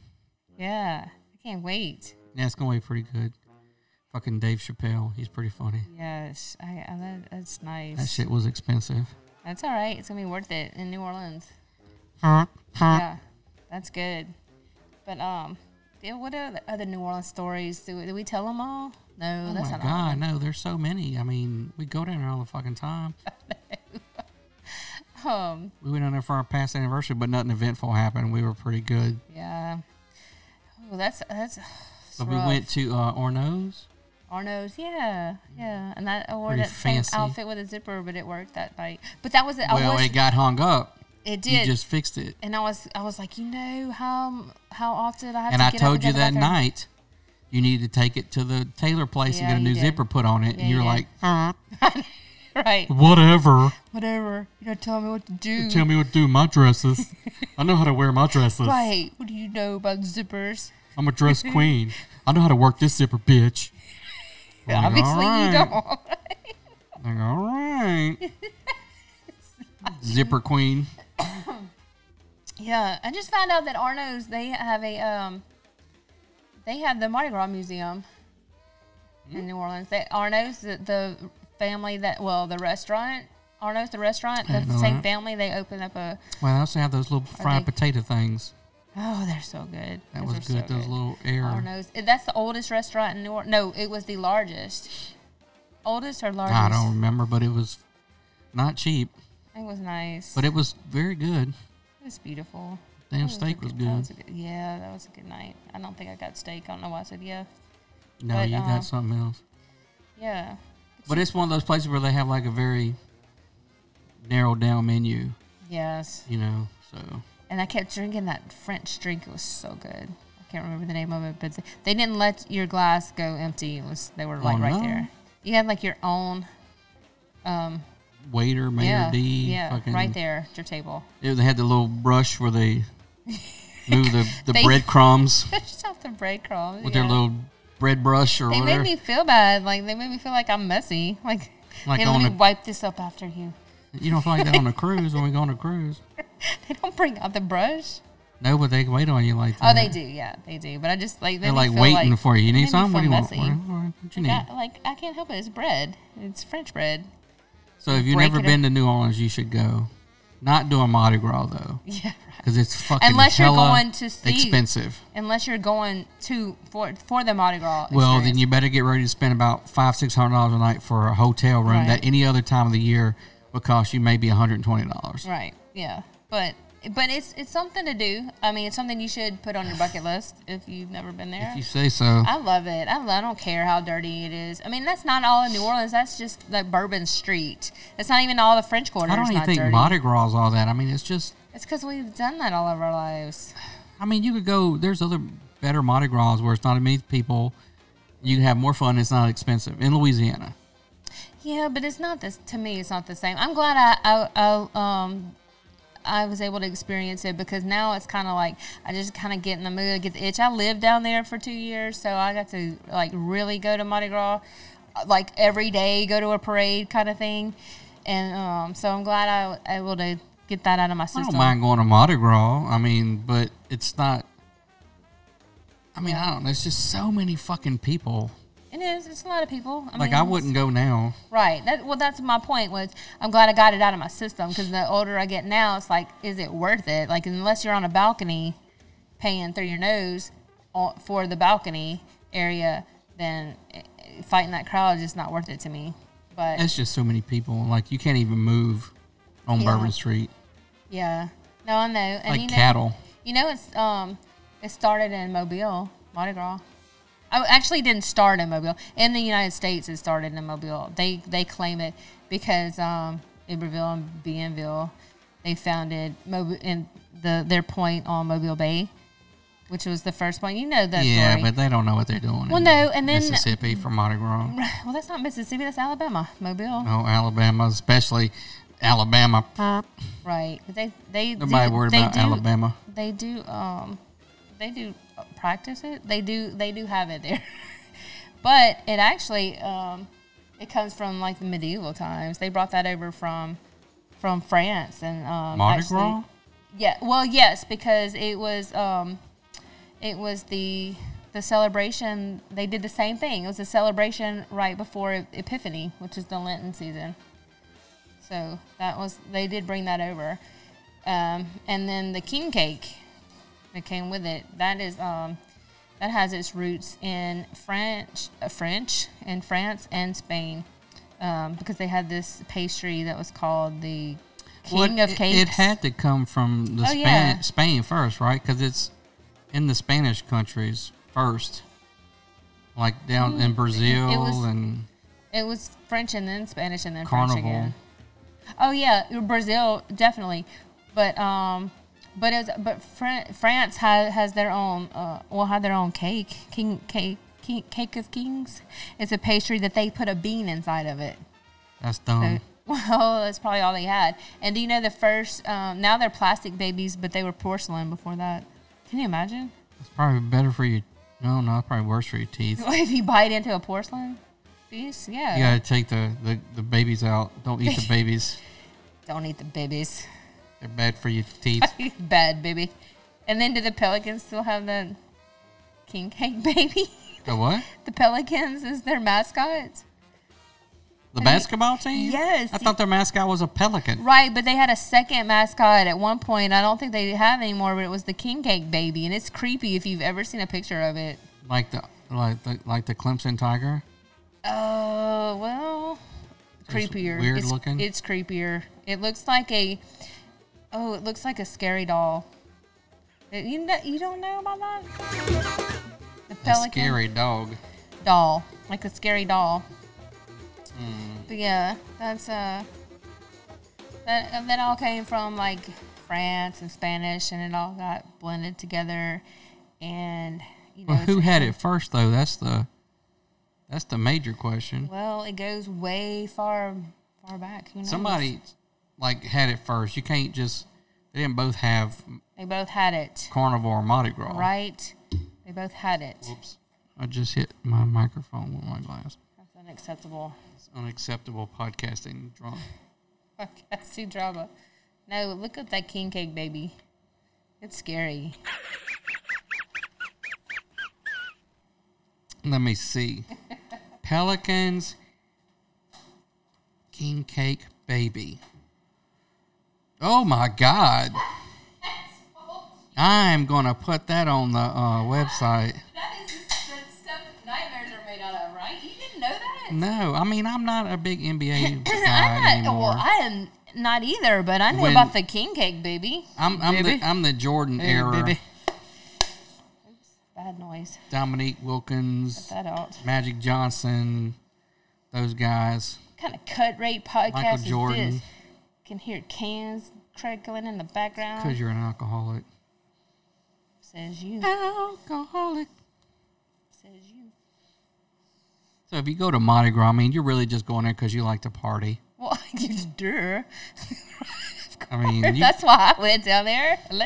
Yeah. I can't wait. Yeah, it's going to be pretty good. Fucking Dave Chappelle, he's pretty funny. Yes. I, I that, that's nice. That shit was expensive. That's all right. It's going to be worth it in New Orleans. Oh Uh-huh. Yeah. That's good. But, um, yeah, what are the other New Orleans stories? Do, do we tell them all? No, Oh that's my not all. god, no, there's so many. I mean, we go down there all the fucking time. Um, We went on there for our past anniversary, but nothing eventful happened. We were pretty good. yeah. Oh, that's that's. But we went to uh, Orno's. Arno's, yeah, yeah, and that I wore Mm-hmm. Pretty that same fancy. outfit with a zipper, but it worked that night. But that was it. I Well, was, it it, got hung up. did, You just fixed it. and I was I was like, you know how how often I have and to I get up told go you to the that bathroom? night you need to take it to the tailor place Yeah, and get a you new did. zipper put on it. Yeah, and you you're did. like, "Uh, right? whatever. Whatever, you don't tell me what to do. Tell me what to do with my dresses. I know how to wear my dresses. right? What do you know about zippers? I'm a dress queen. I know how to work this zipper, bitch. I'm like, Obviously, you "Alright." I'm don't. Like, all right. zipper queen. yeah, I just found out that Arno's they have a um, they have the Mardi Gras Museum in New Orleans. They Arno's the, the family that well the restaurant. Arno's the restaurant, I the didn't know same that. family. They opened up a. Well, I also have those little fried they- potato things. Oh, they're so good. That Those was are good. So those little air. Arno's. eh, That's the oldest restaurant in New Orleans. No, it was the largest. Oldest or largest? I don't remember, but it was not cheap, It was nice. but it was very good. it was beautiful. Damn That steak was that good. a good- yeah, that was a good night. I don't think I got steak. I don't know why I said yeah. No, but, you uh, got something else. Yeah. But it's one of those places where they have like a very narrowed down menu, Yes. you know. So And I kept drinking that French drink. It was so good. I can't remember the name of it, but they didn't let your glass go empty. It was they were like Oh, right no. there. You had like your own. waiter, maitre yeah. d, yeah. fucking, Right there at your table. It, they had the little brush where they move the, the They- breadcrumbs Just off the breadcrumbs. with yeah. their little bread brush or They whatever. made me feel bad. Like they made me feel like I'm messy. Like, Like hey, on let me a- wipe this up after you. you don't feel like that on a cruise when we go on a cruise. They don't bring out the brush. No, but they wait on you like Oh, that. they do. Yeah, they do. But I just like they Mm-hmm. They're like waiting for you. You need something? What do you want? messy. All right, all right, What you need? I, like I can't help it. It's bread. It's French bread. so if you've break never it been to New Orleans, you should go. Not doing Mardi Gras though, Yeah. Right. because it's fucking Unless you're hella going to see- expensive. Unless you're going to for for the Mardi Gras. Well, experience. then you better get ready to spend about five, six hundred dollars a night for a hotel room Right. that any other time of the year would cost you maybe one hundred and twenty dollars. Right. Yeah. But but it's it's something to do. I mean, it's something you should put on your bucket list if you've never been there. If you say so. I love it. I, lo- I don't care how dirty it is. I mean, that's not all in New Orleans. That's just like Bourbon Street. That's not even all the French Quarter. I don't is even not think dirty. Mardi Gras is all that. I mean, it's just. It's because we've done that all of our lives. I mean, you could go. There's other better Mardi Gras where it's not as many people. You can have more fun. It's not expensive in Louisiana. Yeah, but it's not this. To me, it's not the same. I'm glad I, I, I um. I was able to experience it because now it's kind of like I just kind of get in the mood, get the itch. I lived down there for two years, so I got to like really go to Mardi Gras, uh, like every day, go to a parade kind of thing, and um, so I'm glad I was able to get that out of my I system. don't mind going to Mardi Gras. I mean, but it's not. I mean, I don't. know. There's just so many fucking people. It is. It's a lot of people. I Like mean, I it's- wouldn't go now. Right. That well, that's my point. Was I'm glad I got it out of my system because the older I get now, it's like, is it worth it? Like unless you're on a balcony, paying through your nose o- for the balcony area, then eh, eh, fighting that crowd is just not worth it to me. But It's just so many people. Like you can't even move on Yeah. Bourbon Street. yeah, no, I know. And Like you know, cattle. You know, it's um, it started in Mobile, Mardi Gras. Oh, actually, it didn't start in Mobile. In the United States, it started in Mobile. They they claim it because um, Iberville and Bienville, they founded Mobile in the their point on Mobile Bay, which was the first point. You know that Yeah, story. but they don't know what they're doing. Well, in no, and then- Mississippi for Mardi Gras. well, that's not Mississippi. That's Alabama. Mobile, Oh, Alabama, especially Alabama. right? But they they Nobody do, worried Uh, they about do- Alabama. They do um, they do practice it. They do they do have it there, but it actually um, it comes from like the medieval times. They brought that over from from France and um, Mardi actually- Gras? Yeah, well, yes, because it was um, it was the the celebration. They did the same thing. It was a celebration right before E-, Epiphany, which is the Lenten season. So that was they did bring that over, um, and then the king cake that came with it. That is um, that has its roots in French, uh, French in France and Spain, um, because they had this pastry that was called the Well, king it- of it- cakes. It had to come from the Oh, Span- yeah. Spain first, right? Because it's in the Spanish countries first, like down in Brazil Mm, was and It was French and then Spanish and then French Carnival. again. Oh yeah, Brazil definitely, but um, but it's but Fran- France has has their own uh, well had their own cake king cake. King, cake of Kings. It's a pastry that they put a bean inside of it. That's dumb. Well, that's probably all they had. And do you know the first? Um, now they're plastic babies, but they were porcelain before that. Can you imagine? It's probably better for you. No, no, it's probably worse for your teeth. If you bite into a porcelain piece, yeah. You gotta take the, the, the babies out. Don't eat the babies. Don't eat the babies. They're bad for your teeth. Bad baby. And then do the pelicans still have the king cake baby? The what? the pelicans is their mascots, The basketball team? Yes. I thought their mascot was a pelican. Right, but they had a second mascot at one point. I don't think they have anymore, but it was the king cake baby, and it's creepy if you've ever seen a picture of it. Like the like the like the Clemson Tiger. Oh well, creepier. weird it's, looking? It's creepier. It looks like a. Oh, it looks like a scary doll. Uh, You know, you don't know about that. The A pelican scary dog. doll, like a scary doll. Mm. But yeah, that's uh. That and that all came from like France and Spanish, and it all got blended together, and you know. Well, it's- who had it first though? That's the that's the major question. Well, it goes way far, far back. Who knows? Somebody like had it first. You can't just they didn't both have They both had it, carnival or Mardi Gras. right? They both had it. Oops. I just hit my microphone with my glass. That's unacceptable. It's unacceptable podcasting drunk. Podcasting drama. No, look up that king cake baby. It's scary. Let me see. Pelicans King Cake Baby. Oh my god. I'm gonna put that on the uh, website. That is the stuff nightmares are made out of, right? You didn't know that? No, I mean I'm not a big NBA guy I'm not. anymore. Well, I am not either. But I knew When- about the king cake baby. I'm I'm the, Baby. I'm the Jordan era. Bad noise. Dominique Wilkins, That out. Magic Johnson, those guys. What kind of cut rate podcast Michael is Jordan. this? Can hear cans crackling in the background. Because you're an alcoholic. Says you. Alcoholic. Says you. So if you go to Mardi Gras, I mean, you're really just going there because you like to party. Well, you duh. I mean, you, That's why I went down there. Hello.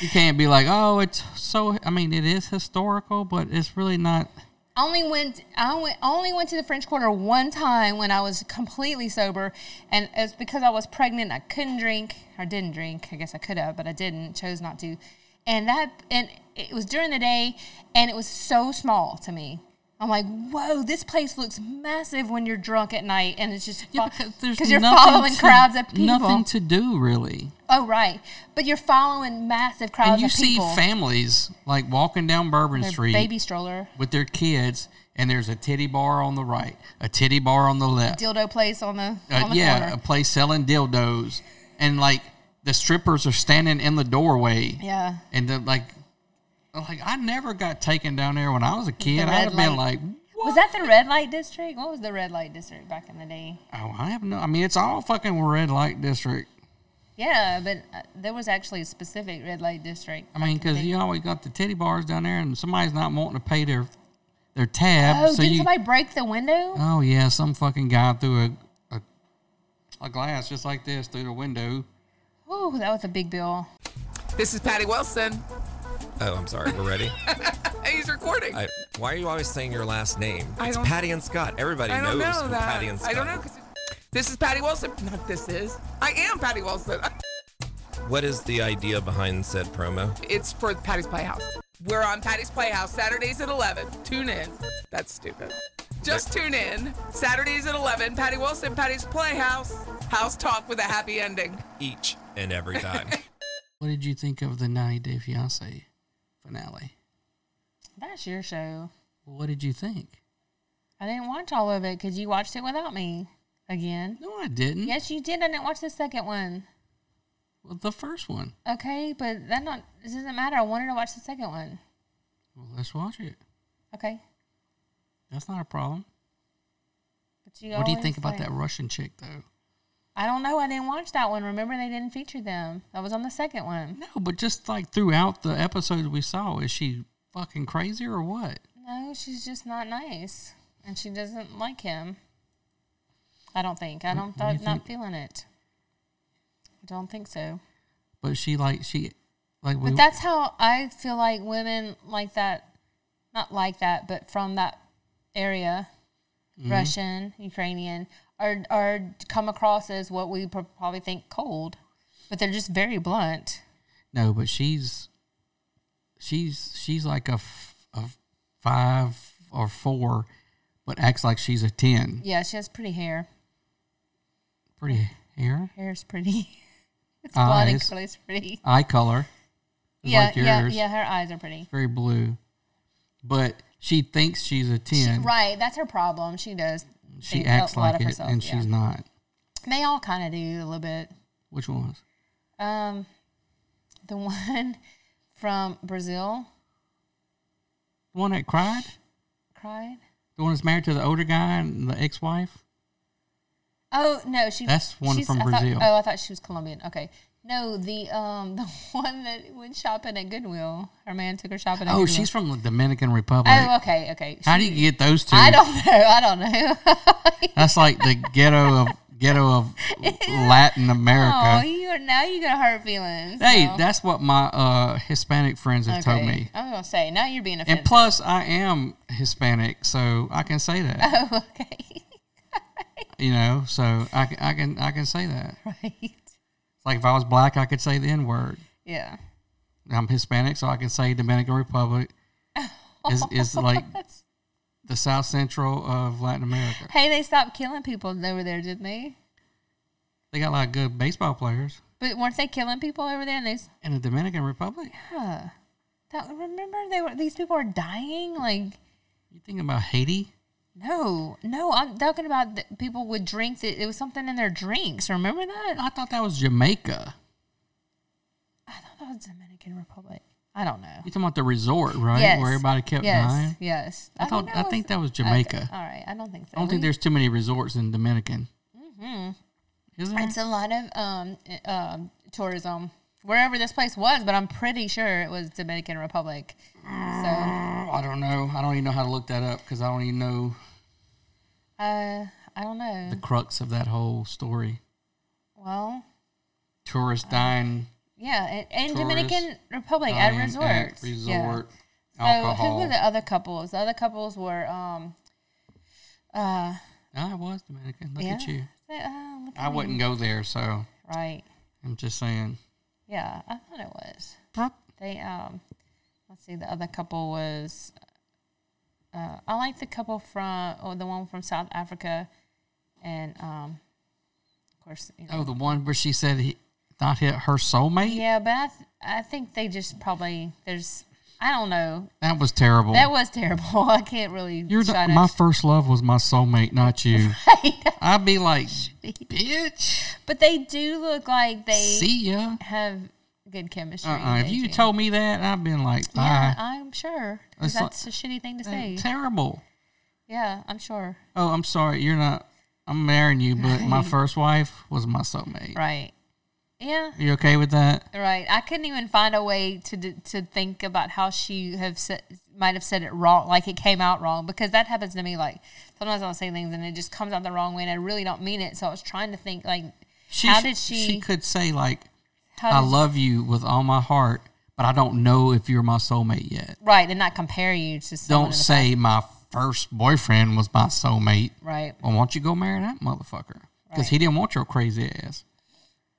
you can't be like, oh, it's so. I mean, it is historical, but it's really not. I only went. I went, only went to the French Quarter one time when I was completely sober, and it's because I was pregnant. and I couldn't drink or didn't drink. I guess I could have, but I didn't. Chose not to. And that and it was during the day, and it was so small to me. I'm like, whoa, this place looks massive when you're drunk at night, and it's just because you're following crowds of people. Nothing to do really. Oh, right. But you're following massive crowds and you of see people. families like walking down Bourbon Their Street baby stroller, with their kids, and there's a titty bar on the right, a titty bar on the left. dildo place on the, uh, on the yeah, a corner. place selling dildos, and like the strippers are standing in the doorway. Yeah. and the, like, like I never got taken down there when I was a kid. I'd red have been like, light. Was that the red light district? What was the red light district back in the day? oh, I have no. I mean, it's all fucking red light district. Yeah, but uh, there was actually a specific red light district. I mean, because you always got the titty bars down there, and somebody's not wanting to pay their their tab. Oh, so did you, somebody break the window? oh yeah, some fucking guy threw a, a a glass just like this through the window. Ooh, that was a big bill. This is Patty Wilson. Oh, I'm sorry. We're ready. Hey, he's recording. I, why are you always saying your last name? I It's don't- Patty and Scott. Everybody I knows don't know who that. Patty and Scott. I don't know. 'cause- This is Patty Wilson. Not this is. I am Patty Wilson. What is the idea behind said promo? It's for Patty's Playhouse. We're on Patty's Playhouse Saturdays at 11. Tune in. That's stupid. Just tune in. Saturdays at 11. Patty Wilson, Patty's Playhouse. House talk with a happy ending. Each and every time. What did you think of the 90 Day Fiance finale? That's your show. What did you think? I didn't watch all of it because you watched it without me again. No, I didn't. Yes, you did. I didn't watch the second one. Well, the first one. Okay, but that not it doesn't matter. I wanted to watch the second one. Well, let's watch it. Okay, That's not a problem. but you. what do you always think about say- that Russian chick, though? I don't know. I didn't watch that one. Remember, they didn't feature them. I was on the second one. No, but just like throughout the episodes we saw, is she fucking crazy or what? No, she's just not nice, and she doesn't like him. I don't think. I don't. what do you I'm think? not feeling it. I don't think so. But she like she like we, But that's how I feel like women like that, not like that, but from that area, Mm-hmm. Russian, Ukrainian, are are come across as what we pro- probably think cold, but they're just very blunt. no, but she's she's she's like a, f- a five or four, but acts like she's a ten. Yeah, she has pretty hair. Pretty hair, Hair's pretty. it's blonde and eyes, curly's pretty. eye color. is Yeah, like yeah, yours. yeah. Her eyes are pretty. very blue, but she thinks she's a She- ten. right, that's her problem. She does. She think a acts lot like of it, herself, and yeah. she's not. They all kind of do a little bit. Which ones? Um, the one from Brazil The one that cried? cried. The one that's married to the older guy and the ex-wife? Oh no, she. That's one she's- from I thought- Brazil. oh, I thought she was Colombian. Okay, no, the um the one that went shopping at Goodwill. Her man took her shopping. at Oh, Goodwill. she's from the Dominican Republic. Oh, okay, okay. How do you get those two? I don't know. I don't know. That's like the ghetto of ghetto of Latin oh, America. you are now you're gonna hurt feelings. hey, no. that's what my uh, Hispanic friends have told Okay. me. I'm gonna say now you're being offensive. And plus, I am Hispanic, so I can say that. oh, okay, You know, so I can I can I can say that. right, Like if I was black, I could say the N word. yeah. I'm Hispanic, so I can say Dominican Republic is, is like That's- the South Central of Latin America. hey, they stopped killing people over there, didn't they? They got a lot of good baseball players But weren't they killing people over there? And they, s- in the Dominican Republic. huh. That- remember they were these people are dying like. You thinking about Haiti? No, no, I'm talking about the people would drink. That it was something in their drinks. Remember that? I I thought that was Jamaica. thought that was Oh, Dominican Republic. I don't know. You talking about the resort, right? Yes. Where everybody kept yes, dying. Yes. I don't thought- I know think if- that was okay, Jamaica. All right. I don't think so. I don't think We- there's too many resorts in Dominican. Mm-hmm. Is there? It's a lot of um, uh, um, tourism wherever this place was, but I'm pretty sure it was Dominican Republic. So I don't know. I don't even know how to look that up because I don't even know uh, I don't know. the crux of that whole story. Well, Oh. Tourists dying yeah, and, and Tourists, Dominican Republic dying at at resorts. Yeah. resort, So who alcohol. were the other couples? The other couples were um uh I was Dominican. Look at Yeah. you. uh, look I at me. wouldn't go there, so right. I'm just saying. Yeah, I thought it was. Prop. They um let's see the other couple was uh I like the couple from or the one from South Africa and um of course you know. Oh, the one where she said he not hit her soulmate. Yeah, but I th- I think they just probably there's I don't know. That was terrible. That was terrible. I can't really Oh. You're the, try to- my first love was my soulmate, not you. I'd be like, bitch, But they do look like they see ya. have good chemistry. Uh-uh. If they you do. told me that, I've been like, bye. Yeah, I'm sure. 'cause It's like- that's a shitty thing to say. That's terrible. yeah, I'm sure. Oh, I'm sorry. You're not. I'm marrying you, but my first wife was my soulmate. Right. Yeah. Are you okay with that? Right. I couldn't even find a way to d- to think about how she have said, might have said it wrong, like it came out wrong, because that happens to me. Like sometimes I'll say things and it just comes out the wrong way, and I really don't mean it. So I was trying to think, like, She, how sh- did she? She could say like, how "I did- love you with all my heart, but I don't know if you're my soulmate yet." Right, and not compare you to someone. in Don't the say my first boyfriend was my soulmate. past. Right. Well, why don't you go marry that motherfucker? Because he didn't want your crazy ass.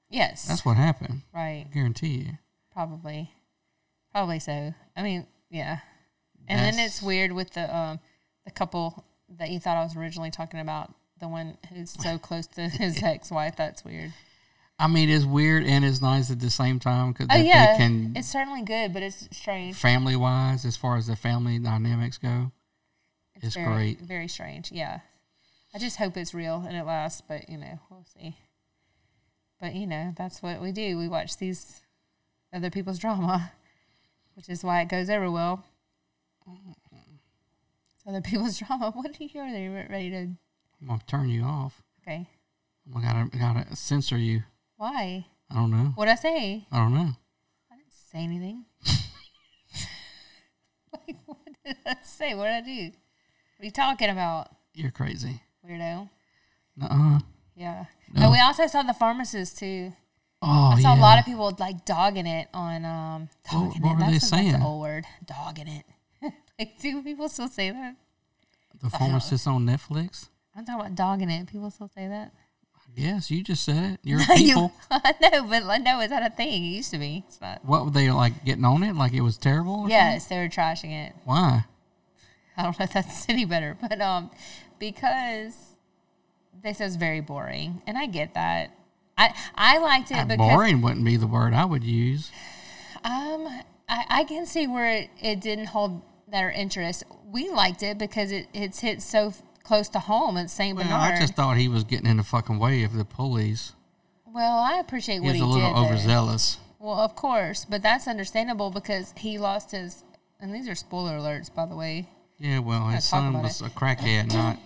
Yes. That's what happened. right. I guarantee you. Probably. Probably so. I mean, yeah. And then That's- it's weird with the um the couple that you thought I was originally talking about, the one who's so close to his ex wife. That's weird. I mean, it's weird and it's nice at the same time because Oh yeah. they can, it's certainly good, but it's strange. family wise, as far as the family dynamics go, it's, very, great. Very strange. Yeah. I just hope it's real and it lasts, but you know, we'll see. But you know, that's what we do. We watch these other people's drama, which is why it goes over well. It's other people's drama. What do you hear? They were ready to. I'm gonna turn you off. Okay. I gotta I gotta censor you. Why? I don't know. What'd I say? I don't know. I didn't say anything. like, what did I say? What did I do? What are you talking about, You're crazy. weirdo? Uh-uh. Yeah. And we also saw the pharmacist too. Oh I saw yeah. a lot of people like dogging it on um dogging what it. were they that's, the- saying? that's an old word. Dogging it. like do people still say that? the pharmacist on Netflix. I'm talking about dogging it. People still say that. Yes, you just said it. You're a You- people. I know, but like, no, it's not a thing. It used to be. It's not. What were they like getting on it? Like it was terrible? or Yes, they were trashing something? it. Why? I don't know if that's any better, but um, because they said it's very boring, and I get that. I I liked it Uh, because boring wouldn't be the word I would use. Um, I, I can see where it, it didn't hold their interest. We liked it because it, it's hit so f- close to home at St. Well, Bernard. I just thought he was getting in the fucking way of the police. well, I appreciate He what was he, a little did. there. overzealous. Well, of course, but that's understandable because he lost his. And these are spoiler alerts, by the way. Yeah, well, his talk son about was a crackhead, not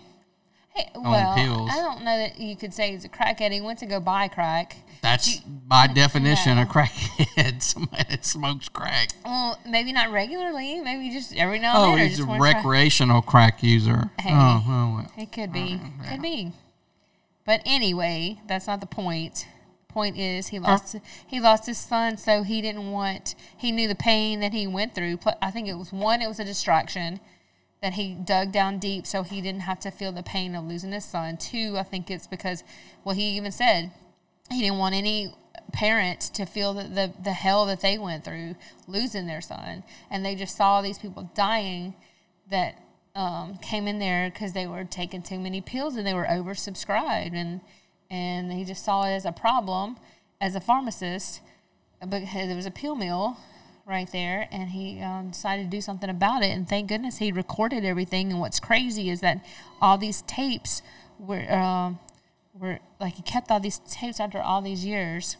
Hey, well, pills. I don't know that you could say he's a crackhead. He went to go buy crack. that's by definition a crackhead. Somebody that smokes crack. Well, maybe not regularly. Maybe just every now and Oh, then. or he's a just one crack. recreational crack user. Hey. Oh, oh, well. It could be. Could be. But anyway, that's not the point. Point is he lost he lost his son, so he didn't want he knew the pain that he went through. Pl- I think it was one, it was a distraction that he dug down deep so he didn't have to feel the pain of losing his son. Two, I think it's because well he even said he didn't want any parent to feel the, the, the hell that they went through losing their son and they just saw these people dying that um, came in there because they were taking too many pills and they were oversubscribed and and he just saw it as a problem as a pharmacist because there was a pill mill right there and he um, decided to do something about it and thank goodness he recorded everything and what's crazy is that all these tapes were um, were like he kept all these tapes after all these years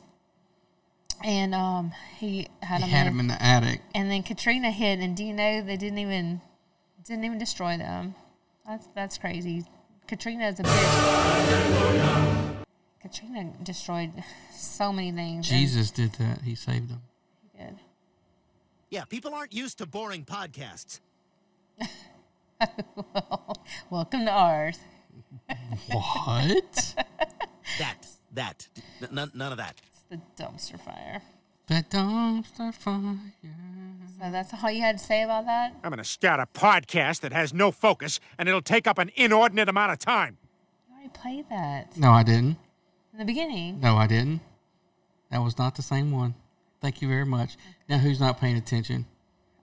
and um, he had, He them had in- him in the attic. and then Katrina hit, and do you know they didn't even didn't even destroy them? That's that's crazy. Katrina is a bitch. Katrina destroyed so many things. and Jesus did that. He saved him. she did. Yeah, people aren't used to boring podcasts. Welcome to ours. What? That, that, n- n- none of that. It's the dumpster fire. that dumpster fire. So that's all you had to say about that. I'm going to start a podcast that has no focus and it'll take up an inordinate amount of time. You already played that No, I didn't. in the beginning. No, I didn't. That was not the same one. Thank you very much. Now, who's not paying attention?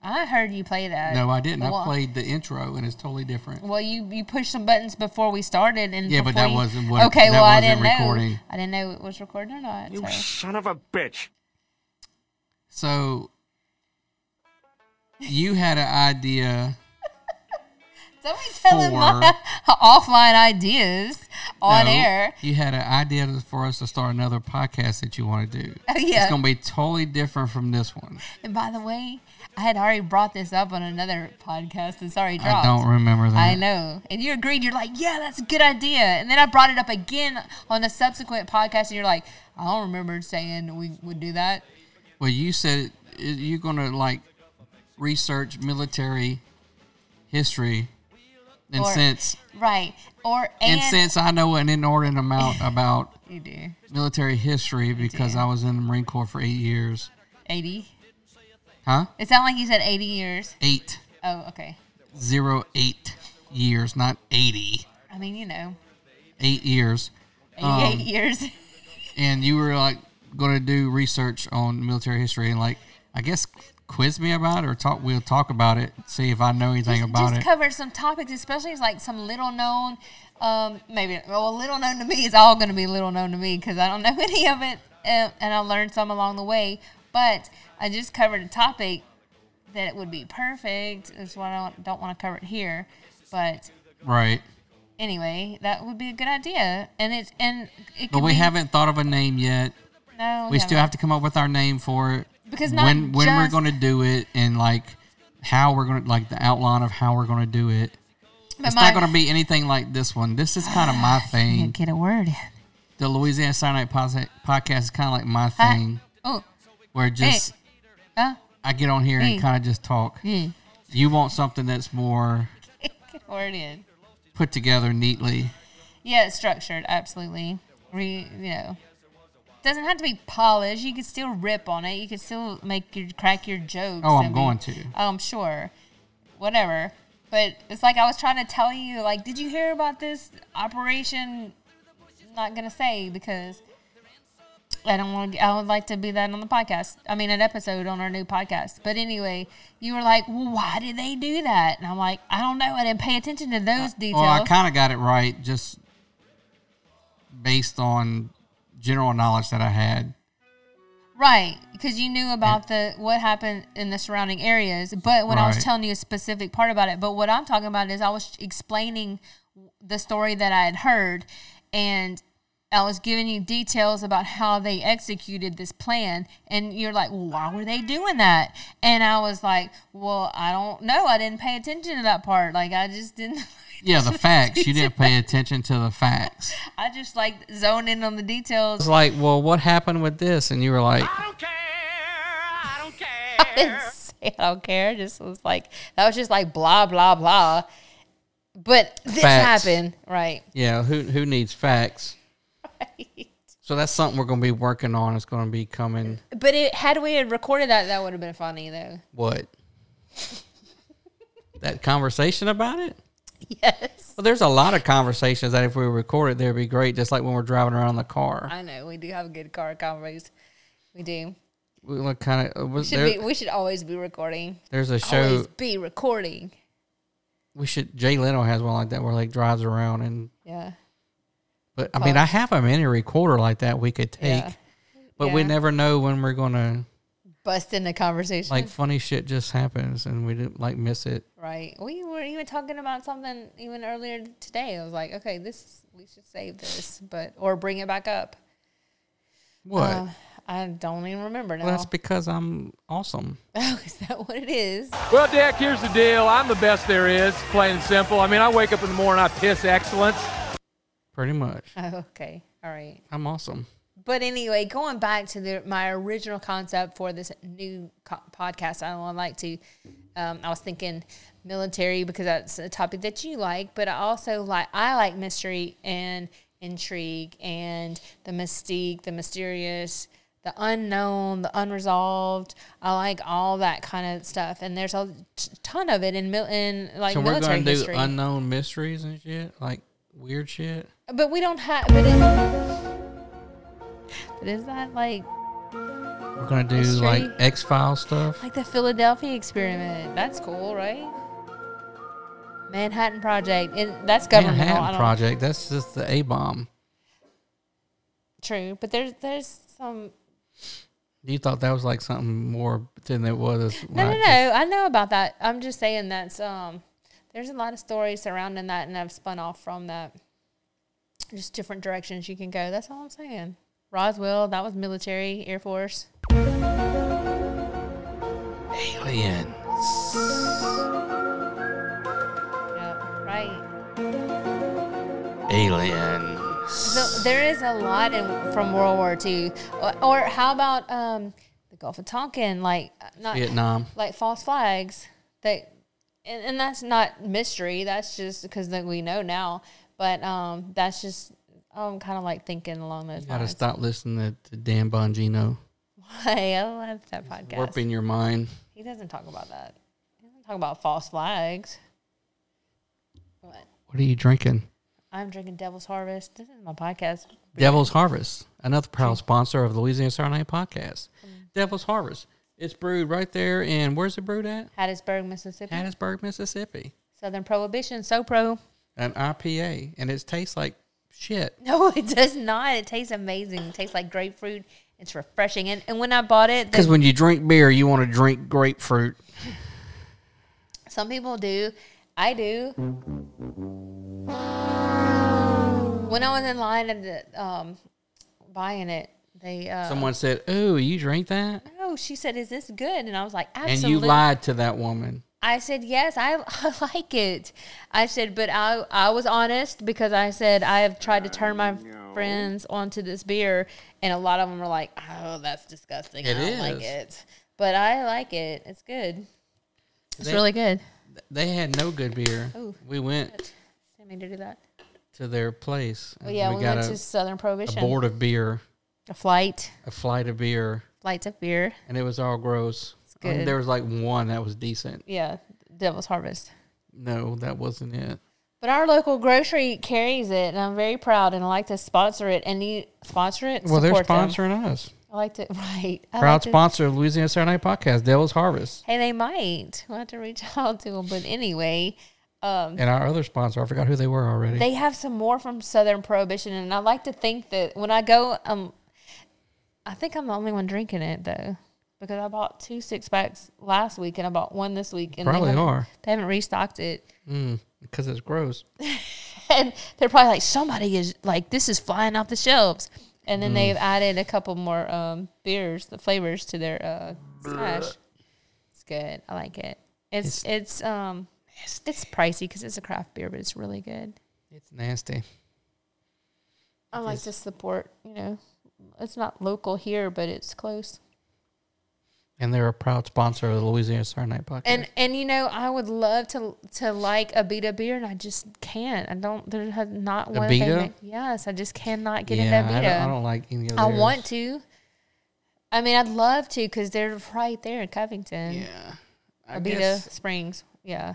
I heard you play that. No, I didn't. Well, I played the intro, and it's totally different. Well, you you pushed some buttons before we started, and Yeah, but before that you- wasn't what- okay, that well, I wasn't didn't know. recording. I didn't know it was recorded or not. You so. son of a bitch. So, you had an idea. Somebody tell him for- my offline ideas on No, air. You had an idea for us to start another podcast that you want to do. Oh, yeah. It's going to be totally different from this one. And by the way, I had already brought this up on another podcast and sorry I dropped. don't remember that. I know. And you agreed. You're like, yeah, that's a good idea. And then I brought it up again on a subsequent podcast, and you're like, I don't remember saying we would do that. Well, you said i- you're going to like research military history, and Or- since Right. Or, and, and, since I know an inordinate amount about you do. military history because I was in the Marine Corps for eight years, 80. huh? It sounded like you said 80 years. Eight Oh, okay. zero eight years, not eighty. I mean, you know, Eight years, Um, 88 years. and you were like going to do research on military history and like I guess quiz me about it or talk. We'll talk about it, see if I know anything just, about just it. cover some topics, especially like some little known, um, maybe well, little known to me is all going to be little known to me because I don't know any of it, and, and I learned some along the way. But I just covered a topic that would be perfect. That's why I don't, don't want to cover it here. But right. Anyway, that would be a good idea, and it's and it. But could we be- haven't thought of a name yet. No, We still haven't. have to come up with our name for it. Because not when when we're just- going to do it and like how we're going to like the outline of how we're going to do it. But it's my- not going to be anything like this one. This is kind of my Can't thing. get a word in. The Louisiana Saturday Night Pos- Podcast is kind of like my I- thing, oh, where just uh, I get on here Hey. and kind of just talk. yeah. You want something that's more get a word in. put together neatly. Yeah, it's structured, absolutely. Re, you know, doesn't have to be polished. You could still rip on it. You could still make your crack your jokes. Oh, I'm and going to. Oh, I'm sure. Whatever. But it's like I was trying to tell you, like, did you hear about this operation? Not gonna say because I don't want. to. I would like to be that on the podcast. I mean, an episode on our new podcast. But anyway, you were like, "Well, why did they do that?" And I'm like, "I don't know. I didn't pay attention to those details." Well, I kind of got it right just based on general knowledge that I had. Right, because you knew about the what happened in the surrounding areas, but when I was Right. telling you a specific part about it, but what I'm talking about is I was explaining the story that I had heard, and I was giving you details about how they executed this plan, and you're like, well, why were they doing that? And I was like, well, I don't know, I didn't pay attention to that part, like I just didn't. Yeah, the facts. You didn't pay attention to the facts. I just like zoned in on the details. It's like, well, what happened with this? And you were like, I didn't say I don't care. I just was like that was just like blah blah blah. But this Facts. happened, right? yeah, who who needs facts? So that's something we're going to be working on. It's going to be coming. But it, had we had recorded that, that would have been funny though. What? that conversation about it? Yes, Well, there's a lot of conversations that if we recorded, they'd be great. Just like when we're driving around in the car, I know we do have a good car convos. We do. we look kind of. Was Should there, be, we should always be recording. there's a show always be recording. we should. Jay Leno has one like that where like drives around and. Yeah. But I mean, I have a mini recorder like that we could take, Yeah. but we Yeah. never know when we're gonna Bust in the conversation. like funny shit just happens and we didn't like miss it. right. We were even talking about something even earlier today. I was like, okay, this we should save this, but or bring it back up. What? Uh, I don't even remember now. well, that's because I'm awesome. Oh, is that what it is? Well, Dick, here's the deal. I'm the best there is, plain and simple. I mean, I wake up in the morning, I piss excellence. Pretty much, Oh, okay. All right. I'm awesome. But anyway, going back to the, my original concept for this new co- podcast, I would like to. Um, I was thinking military because that's a topic that you like, but I also like I like mystery and intrigue and the mystique, the mysterious, the unknown, the unresolved. I like all that kind of stuff, and there's a t- ton of it in mil- in like so we're military gonna do history. unknown mysteries and shit, like weird shit. But we don't have. But, it, but is that like We're gonna do Mystery. like X File stuff. like the Philadelphia experiment? That's cool, right? Manhattan Project, and that's governmental. I Manhattan don't, Project. That's just the A bomb. True, but there's there's some. You thought that was like something more than it was. No, like, no, no. I know about that. I'm just saying that's um. There's a lot of stories surrounding that, and I've spun off from that. Just different directions you can go. That's all I'm saying. Roswell, that was military, Air Force. Alien. Yeah, right. Aliens. So there is a lot in, from World War II. Or, or how about um, the Gulf of Tonkin? Like uh, not Vietnam. like false flags. That and, and that's not mystery. That's just because that we know now. But um, that's just I'm kind of like thinking along those Gotta lines. stop listening to, to Dan Bongino. Hey, I love that podcast. Warping your mind. He doesn't talk about that. He doesn't talk about false flags. What? What are you drinking? I'm drinking Devil's Harvest. This is my podcast. Devil's Harvest, another proud sponsor of the Louisiana Saturday Night Podcast. Mm. Devil's Harvest. It's brewed right there in where's it brewed at? Hattiesburg, Mississippi. Hattiesburg, Mississippi. Southern Prohibition. So pro. An IPA, and it tastes like shit. No, it does not. It tastes amazing. It tastes like grapefruit. It's refreshing. And, and when I bought it, Because the, when you drink beer, you want to drink grapefruit. some people do. I do. when I was in line and the, um, buying it, they uh, Someone said, "Oh, you drink that?" Oh, she said, "Is this good?" And I was like, And "Absolutely." you lied to that woman. I said, "Yes, I, I like it." I said, "But I I was honest because I said I have tried to turn my friends onto this beer, and a lot of them were like, "Oh, that's disgusting. I It don't like is. it." But I like it. It's good. It's They- really good. They had no good beer. Oh. We went Didn't mean to do that. to their place. and But yeah, we, got went a, to Southern a Prohibition. board of beer, A flight, a flight of beer, flights of beer. and it was all gross. I mean, good. there was like one that was decent. Yeah, Devil's Harvest. No, that wasn't it. But our local grocery carries it, and I'm very proud, and I like to sponsor it. And you sponsor it? Well, they're Support them. sponsoring us. I like to, right. I Proud like to- sponsor of Louisiana Saturday Night Podcast, Devil's Harvest, Hey, they might. We'll have to reach out to them. But anyway, and our other sponsor. I forgot who they were already. Um, they have some more from Southern Prohibition, and I like to think that when I go, um, I think I'm the only one drinking it though, because I bought two six packs last week, and I bought one this week, and Probably they haven't- are. They haven't restocked it, because it's gross. and they're probably like, somebody is like, this is flying off the shelves. And then Mm. they've added a couple more um, beers, the flavors to their uh, smash. It's good. I like it. It's it's um it's pricey because it's a craft beer, but it's really good. It's nasty. I like to support. You know, it's not local here, but it's close. And they're a proud sponsor of the Louisiana Saturday Night Podcast. And and you know, I would love to to like a Beta beer, and I just can't. I don't. There has not one. that they Abita? make- Yes, I just cannot get yeah, into I Beta. don't, I don't like any of I theirs. want to. I mean, I'd love to because they're right there in Covington, Yeah, I Abita guess Springs. Yeah,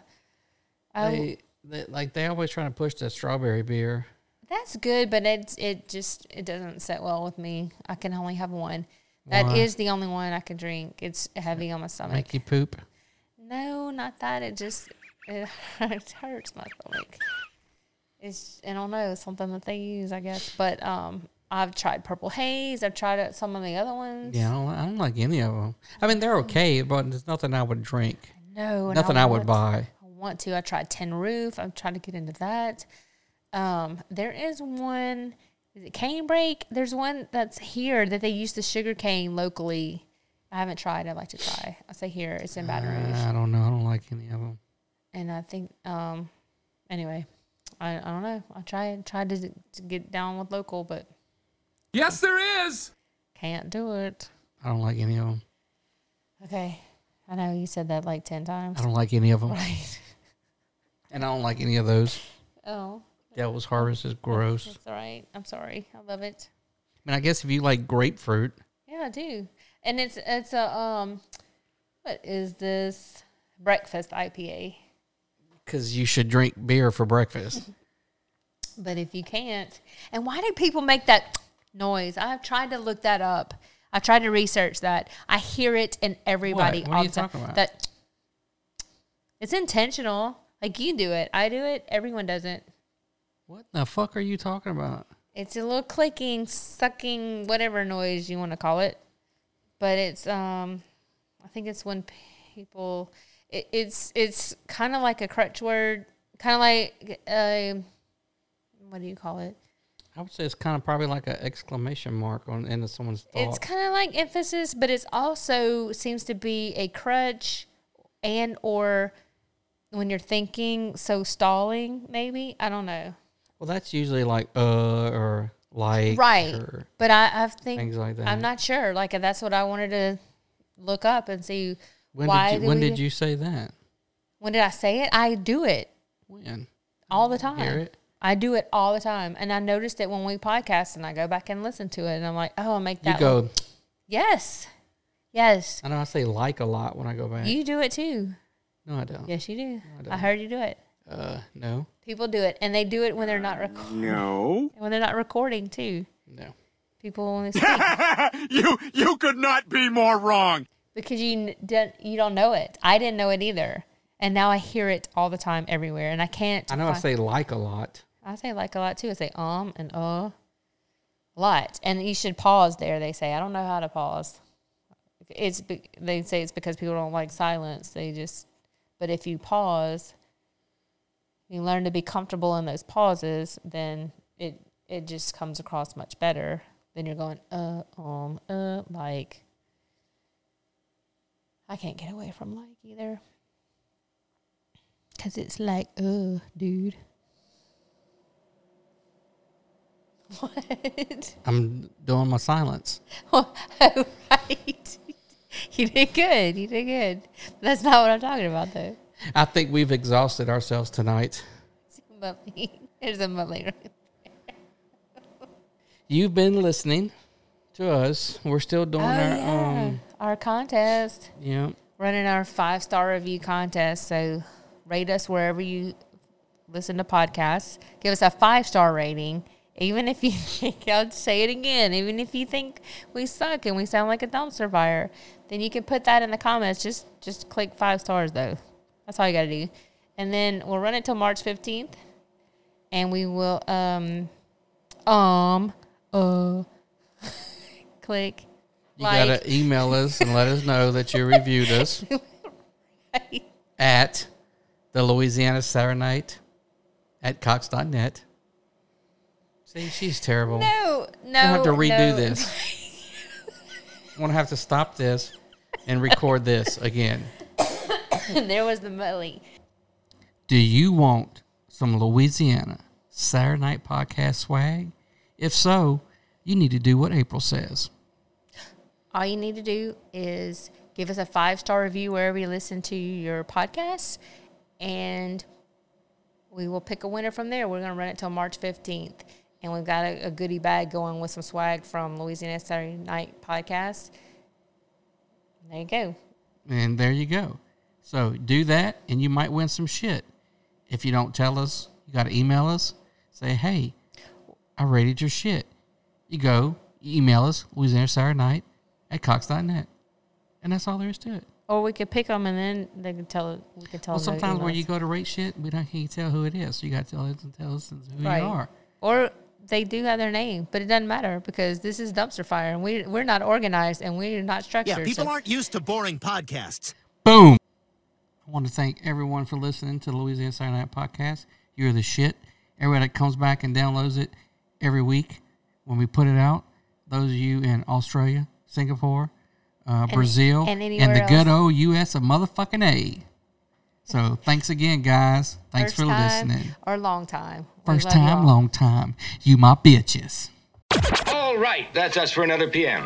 I, they, they like they always trying to push the strawberry beer. that's good, but it it just it doesn't sit well with me. I can only have one. That is Why? the only one I can drink. It's heavy on my stomach. Make you poop. No, not that. It just it hurts, hurts my stomach. It's I don't know something that they use, I guess. But um, I've tried Purple Haze. I've tried uh, some of the other ones. Yeah, I don't, I don't like any of them. I mean, they're okay, but there's nothing I would drink. No, and nothing I would want- buy. I want to. I tried Tin Roof. I'm trying to get into that. Um, there is one. Is it cane break? There's one that's here that they use the sugar cane locally. I haventon tried. I'd like to try. I say here. It's in Baton Rouge. I don't know. I don't like any of them. and I think um anyway, I, I don't know. I tried tried to, to get down with local, but Yes, there is. can't do it. I don't like any of them. Okay, I know you said that like ten times. I don't like any of them, Right. and I don't like any of those. Oh, Devil's Harvest is gross. that's all right. I'm sorry. I love it. I mean, I guess if you like grapefruit, Yeah, I do. And it's it's a um, what is this breakfast IPA? because you should drink beer for breakfast. But if you can't, and why do people make that noise? I've tried to look that up. I tried to research that. I hear it in everybody. What are all you the time. talking about? That it's intentional. Like you do it, I do it, everyone does it. What the fuck are you talking about? It's a little clicking, sucking, whatever noise you want to call it. But it's um, I think it's when people. It, it's it's kind of like a crutch word, kind of like um, what do you call it? I would say it's kind of probably like an exclamation mark on the end of someone's thought. It's kind of like emphasis, but it's also seems to be a crutch and or when you're thinking, so stalling maybe. I don't know. well, that's usually like uh or like Right. or- But I, I think Things like that. I'm not sure. Like that's what I wanted to look up and see when why did do you, when we did do- you say that? when did I say it? I do it When all the time. hear it? I do it all the time. And I noticed it when we podcast and I go back and listen to it and I'm like, oh, I make You that one. go. Yes. Yes. I know I say like a lot when I go back. You do it too. no, I don't. Yes, you do. I don't. heard you do it. Uh, no, People do it, and they do it when they're not rec- No. when they're not recording too. no. People only speak Uh, you you could not be more wrong. because you n- don't you don't know it. I didn't know it either, and now I hear it all the time everywhere, and I can't. I know I fi- say like a lot. I say like a lot too. I say um and uh, a lot, and you should pause there. They say I don't know how to pause. It's be- they say it's because people don't like silence. They just but if you pause, you learn to be comfortable in those pauses, then it it just comes across much better than you're going, uh, um, uh, like. I can't get away from like either. Because it's like, uh, dude. What? I'm doing my silence. Oh, right. You did good. You did good. That's not what I'm talking about, though. I think we've exhausted ourselves tonight. It's a Mutley. There's a mutley. right- You've been listening to us. We're still doing Oh, our yeah. um Our contest. yeah. Running our five star review contest. So rate us wherever you listen to podcasts. Give us a five star rating. Even if you think, I'll say it again, even if you think we suck and we sound like a dumpster fire, then you can put that in the comments. Just just click five stars though. That's all you gotta do. And then we'll run it till March fifteenth. And we will um um uh click You gotta email us and let us know that you reviewed us at the Louisiana Saturday Night at Cox.net. See, she's terrible. No, no. I'm gonna have to redo no. this. I'm gonna have to stop this and record this again. there was the Mully. Do you want some Louisiana Saturday Night Podcast swag? If so, you need to do what April says. All you need to do is give us a five star review wherever you listen to your podcast, and we will pick a winner from there. We're going to run it till March 15th. And we've got a, a goodie bag going with some swag from Louisiana Saturday Night Podcast. There you go. And there you go. So do that, and you might win some shit. If you don't tell us, you got to email us. Say, hey, I rated your shit. You go, you email us, Louisiana Saturday Night at Cox.net. And that's all there is to it. Or we could pick them and then they can tell. We could tell. Well, them to sometimes when email you us. go to rate shit, we don't can't tell who it is. So you got to tell us and tell us who you are. Or they do have their name, but it doesn't matter because this is dumpster fire and we we're not organized and we're not structured. Yeah, people so- aren't used to boring podcasts. Boom. I want to thank everyone for listening to the Louisiana Saturday Night Podcast. You're the shit. Everybody that comes back and downloads it every week when we put it out. Those of you in Australia, Singapore, uh, Brazil, and and anywhere the good else. old U.S. of motherfucking A. So thanks again, guys. Thanks for time listening. Or long time. We First love y'all. time, long time. You my bitches. All right, that's us for another PM.